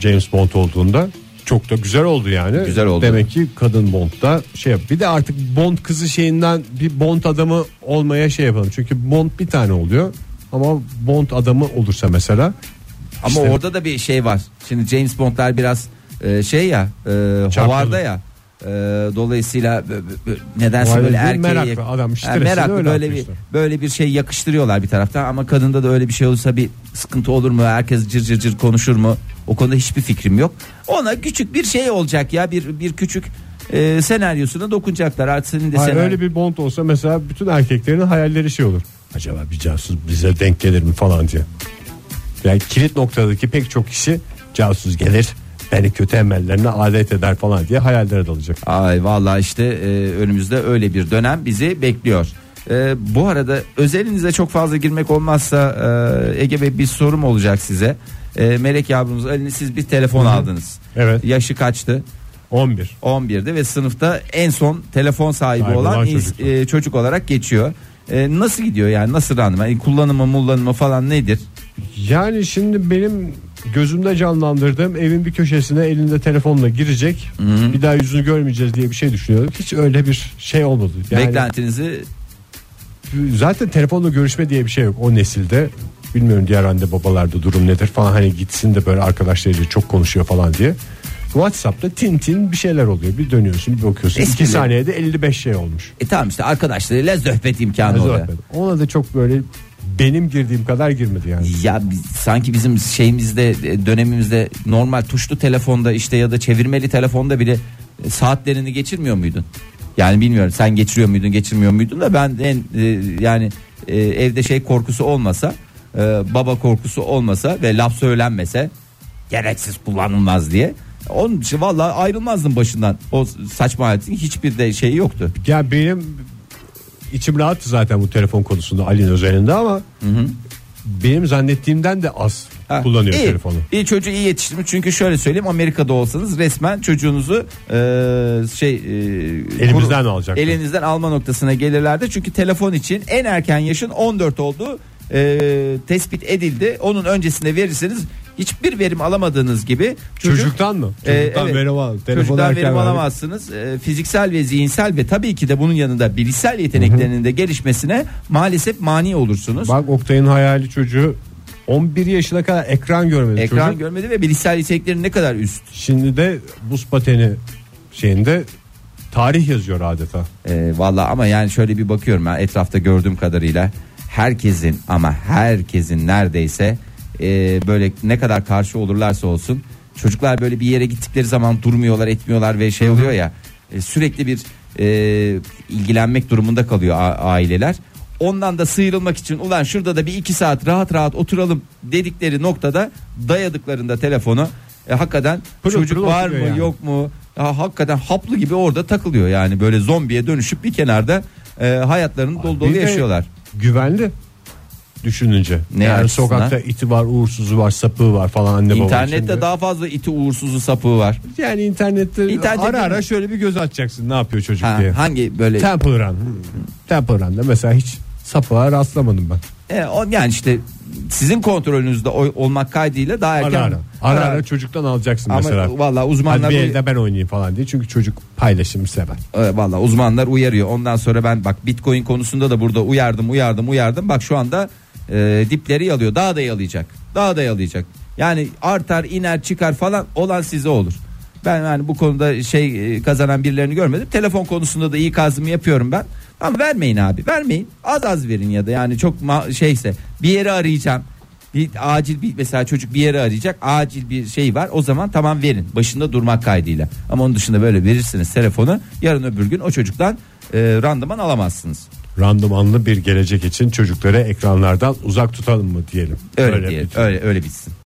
S3: James Bond olduğunda. Çok da güzel oldu yani.
S4: Güzel oldu.
S3: Demek ki kadın Bond da şey yap. Bir de artık Bond kızı şeyinden bir Bond adamı olmaya şey yapalım. Çünkü Bond bir tane oluyor. Ama Bond adamı olursa mesela
S4: Ama
S3: İşte-
S4: orada da bir şey var. Şimdi James Bond'lar biraz e, şey ya, e, hovarda ya. E, dolayısıyla b- b- b- nedense
S3: Hovarda
S4: böyle
S3: değil,
S4: erkeğe
S3: meraklı
S4: yak-
S3: adam,
S4: Ha,
S3: stresini
S4: meraklı
S3: öyle
S4: böyle bir
S3: atmışlar.
S4: böyle bir şey yakıştırıyorlar bir taraftan ama kadında da öyle bir şey olursa bir sıkıntı olur mu? Herkes cır cır cır konuşur mu? O konuda hiçbir fikrim yok. Ona küçük bir şey olacak ya bir bir küçük e, senaryosuna dokunacaklar. Artık senin de
S3: Hayır,
S4: senaryo-
S3: öyle bir Bond olsa mesela bütün erkeklerin hayalleri şey olur. Acaba bir casus bize denk gelir mi falan diye. Yani kilit noktadaki pek çok kişi casus gelir beni kötü emellerine alet eder falan diye hayallere dalacak.
S4: Ay vallahi işte e, önümüzde öyle bir dönem bizi bekliyor. E, bu arada özelinize çok fazla girmek olmazsa e, Ege Bey bir sorum olacak size. E, Melek yavrumuz Ali'ni siz bir telefon aldınız.
S3: Evet.
S4: Yaşı kaçtı?
S3: 11.
S4: 11'de ve sınıfta en son telefon sahibi
S3: Sahibi
S4: olan
S3: olan
S4: ins-
S3: çocuk.
S4: e, çocuk olarak geçiyor. E, nasıl gidiyor yani nasıl randıman? Yani kullanımı mullanımı falan nedir?
S3: Yani şimdi benim gözümde canlandırdığım evin bir köşesine elinde telefonla girecek. Bir daha yüzünü görmeyeceğiz diye bir şey düşünüyorduk. Hiç öyle bir şey olmadı. Yani
S4: Beklentinizi
S3: zaten telefonla görüşme diye bir şey yok o nesilde. Bilmiyorum diğer anne babalarda durum nedir falan hani gitsin de böyle arkadaşlarıyla çok konuşuyor falan diye. Whatsapp'ta tin tin bir şeyler oluyor. Bir dönüyorsun bir bakıyorsun. 2
S4: Eskileri.
S3: saniyede 55 şey olmuş.
S4: e, tamam işte arkadaşlarıyla zöhbet imkanı
S3: Özür
S4: oluyor.
S3: dilerim. Ona da çok böyle benim girdiğim kadar girmedi yani.
S4: Ya biz- sanki bizim şeyimizde e, dönemimizde normal tuşlu telefonda işte ya da çevirmeli telefonda bile e, saatlerini geçirmiyor muydun? Yani bilmiyorum sen geçiriyor muydun geçirmiyor muydun da ben en e, yani e, evde şey korkusu olmasa e, baba korkusu olmasa ve laf söylenmese gereksiz kullanılmaz diye. Onun için valla ayrılmazdım başından. O saçma hayatın hiçbir de şeyi yoktu.
S3: Ya benim içim rahattı zaten bu telefon konusunda Ali'nin özelinde ama benim zannettiğimden de az
S4: Ha,
S3: kullanıyor
S4: iyi,
S3: telefonu.
S4: İyi çocuğu iyi yetiştirmiş çünkü şöyle söyleyeyim Amerika'da olsanız resmen çocuğunuzu e, şey e,
S3: Elimizden
S4: kuru-
S3: alacaklar.
S4: Elinizden alma noktasına gelirlerdi çünkü telefon için en erken yaşın 14 olduğu e, tespit edildi. Onun öncesinde verirseniz hiçbir verim alamadığınız gibi çocuk-
S3: Çocuktan mı?
S4: E,
S3: Çocuktan
S4: evet.
S3: verim al. Telefonu
S4: Çocuktan
S3: erken
S4: verim
S3: verdik.
S4: alamazsınız. E, fiziksel ve zihinsel ve tabii ki de bunun yanında bilişsel yeteneklerinin de gelişmesine maalesef mani olursunuz.
S3: Bak Oktay'ın hayali çocuğu 11 yaşına kadar ekran görmedi
S4: Ekran
S3: çocuk.
S4: görmedi ve bilişsel yeteneklerin ne kadar üst.
S3: Şimdi de buz pateni şeyinde tarih yazıyor adeta.
S4: E, Valla ama yani şöyle bir bakıyorum ben etrafta gördüğüm kadarıyla herkesin ama herkesin neredeyse e, böyle ne kadar karşı olurlarsa olsun çocuklar böyle bir yere gittikleri zaman durmuyorlar etmiyorlar ve şey oluyor ya e, sürekli bir e, ilgilenmek durumunda kalıyor a- aileler. Ondan da sıyrılmak için ulan şurada da bir iki saat rahat rahat oturalım dedikleri noktada dayadıklarında telefonu e, hakikaten
S3: Pırıl
S4: çocuk
S3: pırıl
S4: var mı
S3: oturuyor yani.
S4: yok yok mu? Ha, hakikaten haplı gibi orada takılıyor yani böyle zombiye dönüşüp bir kenarda e, hayatlarını dolu dolu
S3: Bir de
S4: yaşıyorlar.
S3: Güvenli. düşününce.
S4: Ne
S3: yani
S4: açısından?
S3: sokakta iti var, uğursuzu var, sapığı var falan anne baba.
S4: İnternette
S3: için.
S4: daha fazla iti uğursuzu sapığı var.
S3: yani internette,
S4: İnternette
S3: ara
S4: değil mi?
S3: ara şöyle bir göz atacaksın ne yapıyor çocuk
S4: Ha,
S3: diye.
S4: hangi böyle
S3: Temple Run. Hmm. Temple Run'da mesela hiç sapığa rastlamadım ben.
S4: E, o, yani işte sizin kontrolünüzde o- olmak kaydıyla daha erken
S3: Ara ara. Ara ara çocuktan alacaksın
S4: Ama
S3: mesela.
S4: valla uzmanlar
S3: Hadi bir
S4: uy-
S3: elde ben oynayayım falan diye. Çünkü çocuk paylaşımı sever.
S4: e, valla uzmanlar uyarıyor. Ondan sonra ben bak Bitcoin konusunda da burada uyardım, uyardım, uyardım. Bak şu anda e, dipleri yalıyor. Daha da yalayacak. Daha da yalayacak. Yani artar, iner, çıkar falan olan size olur. Ben yani bu konuda şey e, kazanan birilerini görmedim. Telefon konusunda da iyi kazımı yapıyorum ben. Ama vermeyin abi, vermeyin. Az az verin ya da yani çok ma- şeyse bir yere arayacağım. Bir acil bir mesela çocuk bir yere arayacak acil bir şey var o zaman tamam verin başında durmak kaydıyla ama onun dışında böyle verirsiniz telefonu yarın öbür gün o çocuktan e, randıman alamazsınız.
S3: Randımanlı bir gelecek için çocukları ekranlardan uzak tutalım mı diyelim.
S4: Öyle
S3: Öyle
S4: diye,
S3: bir-
S4: öyle öyle bitsin.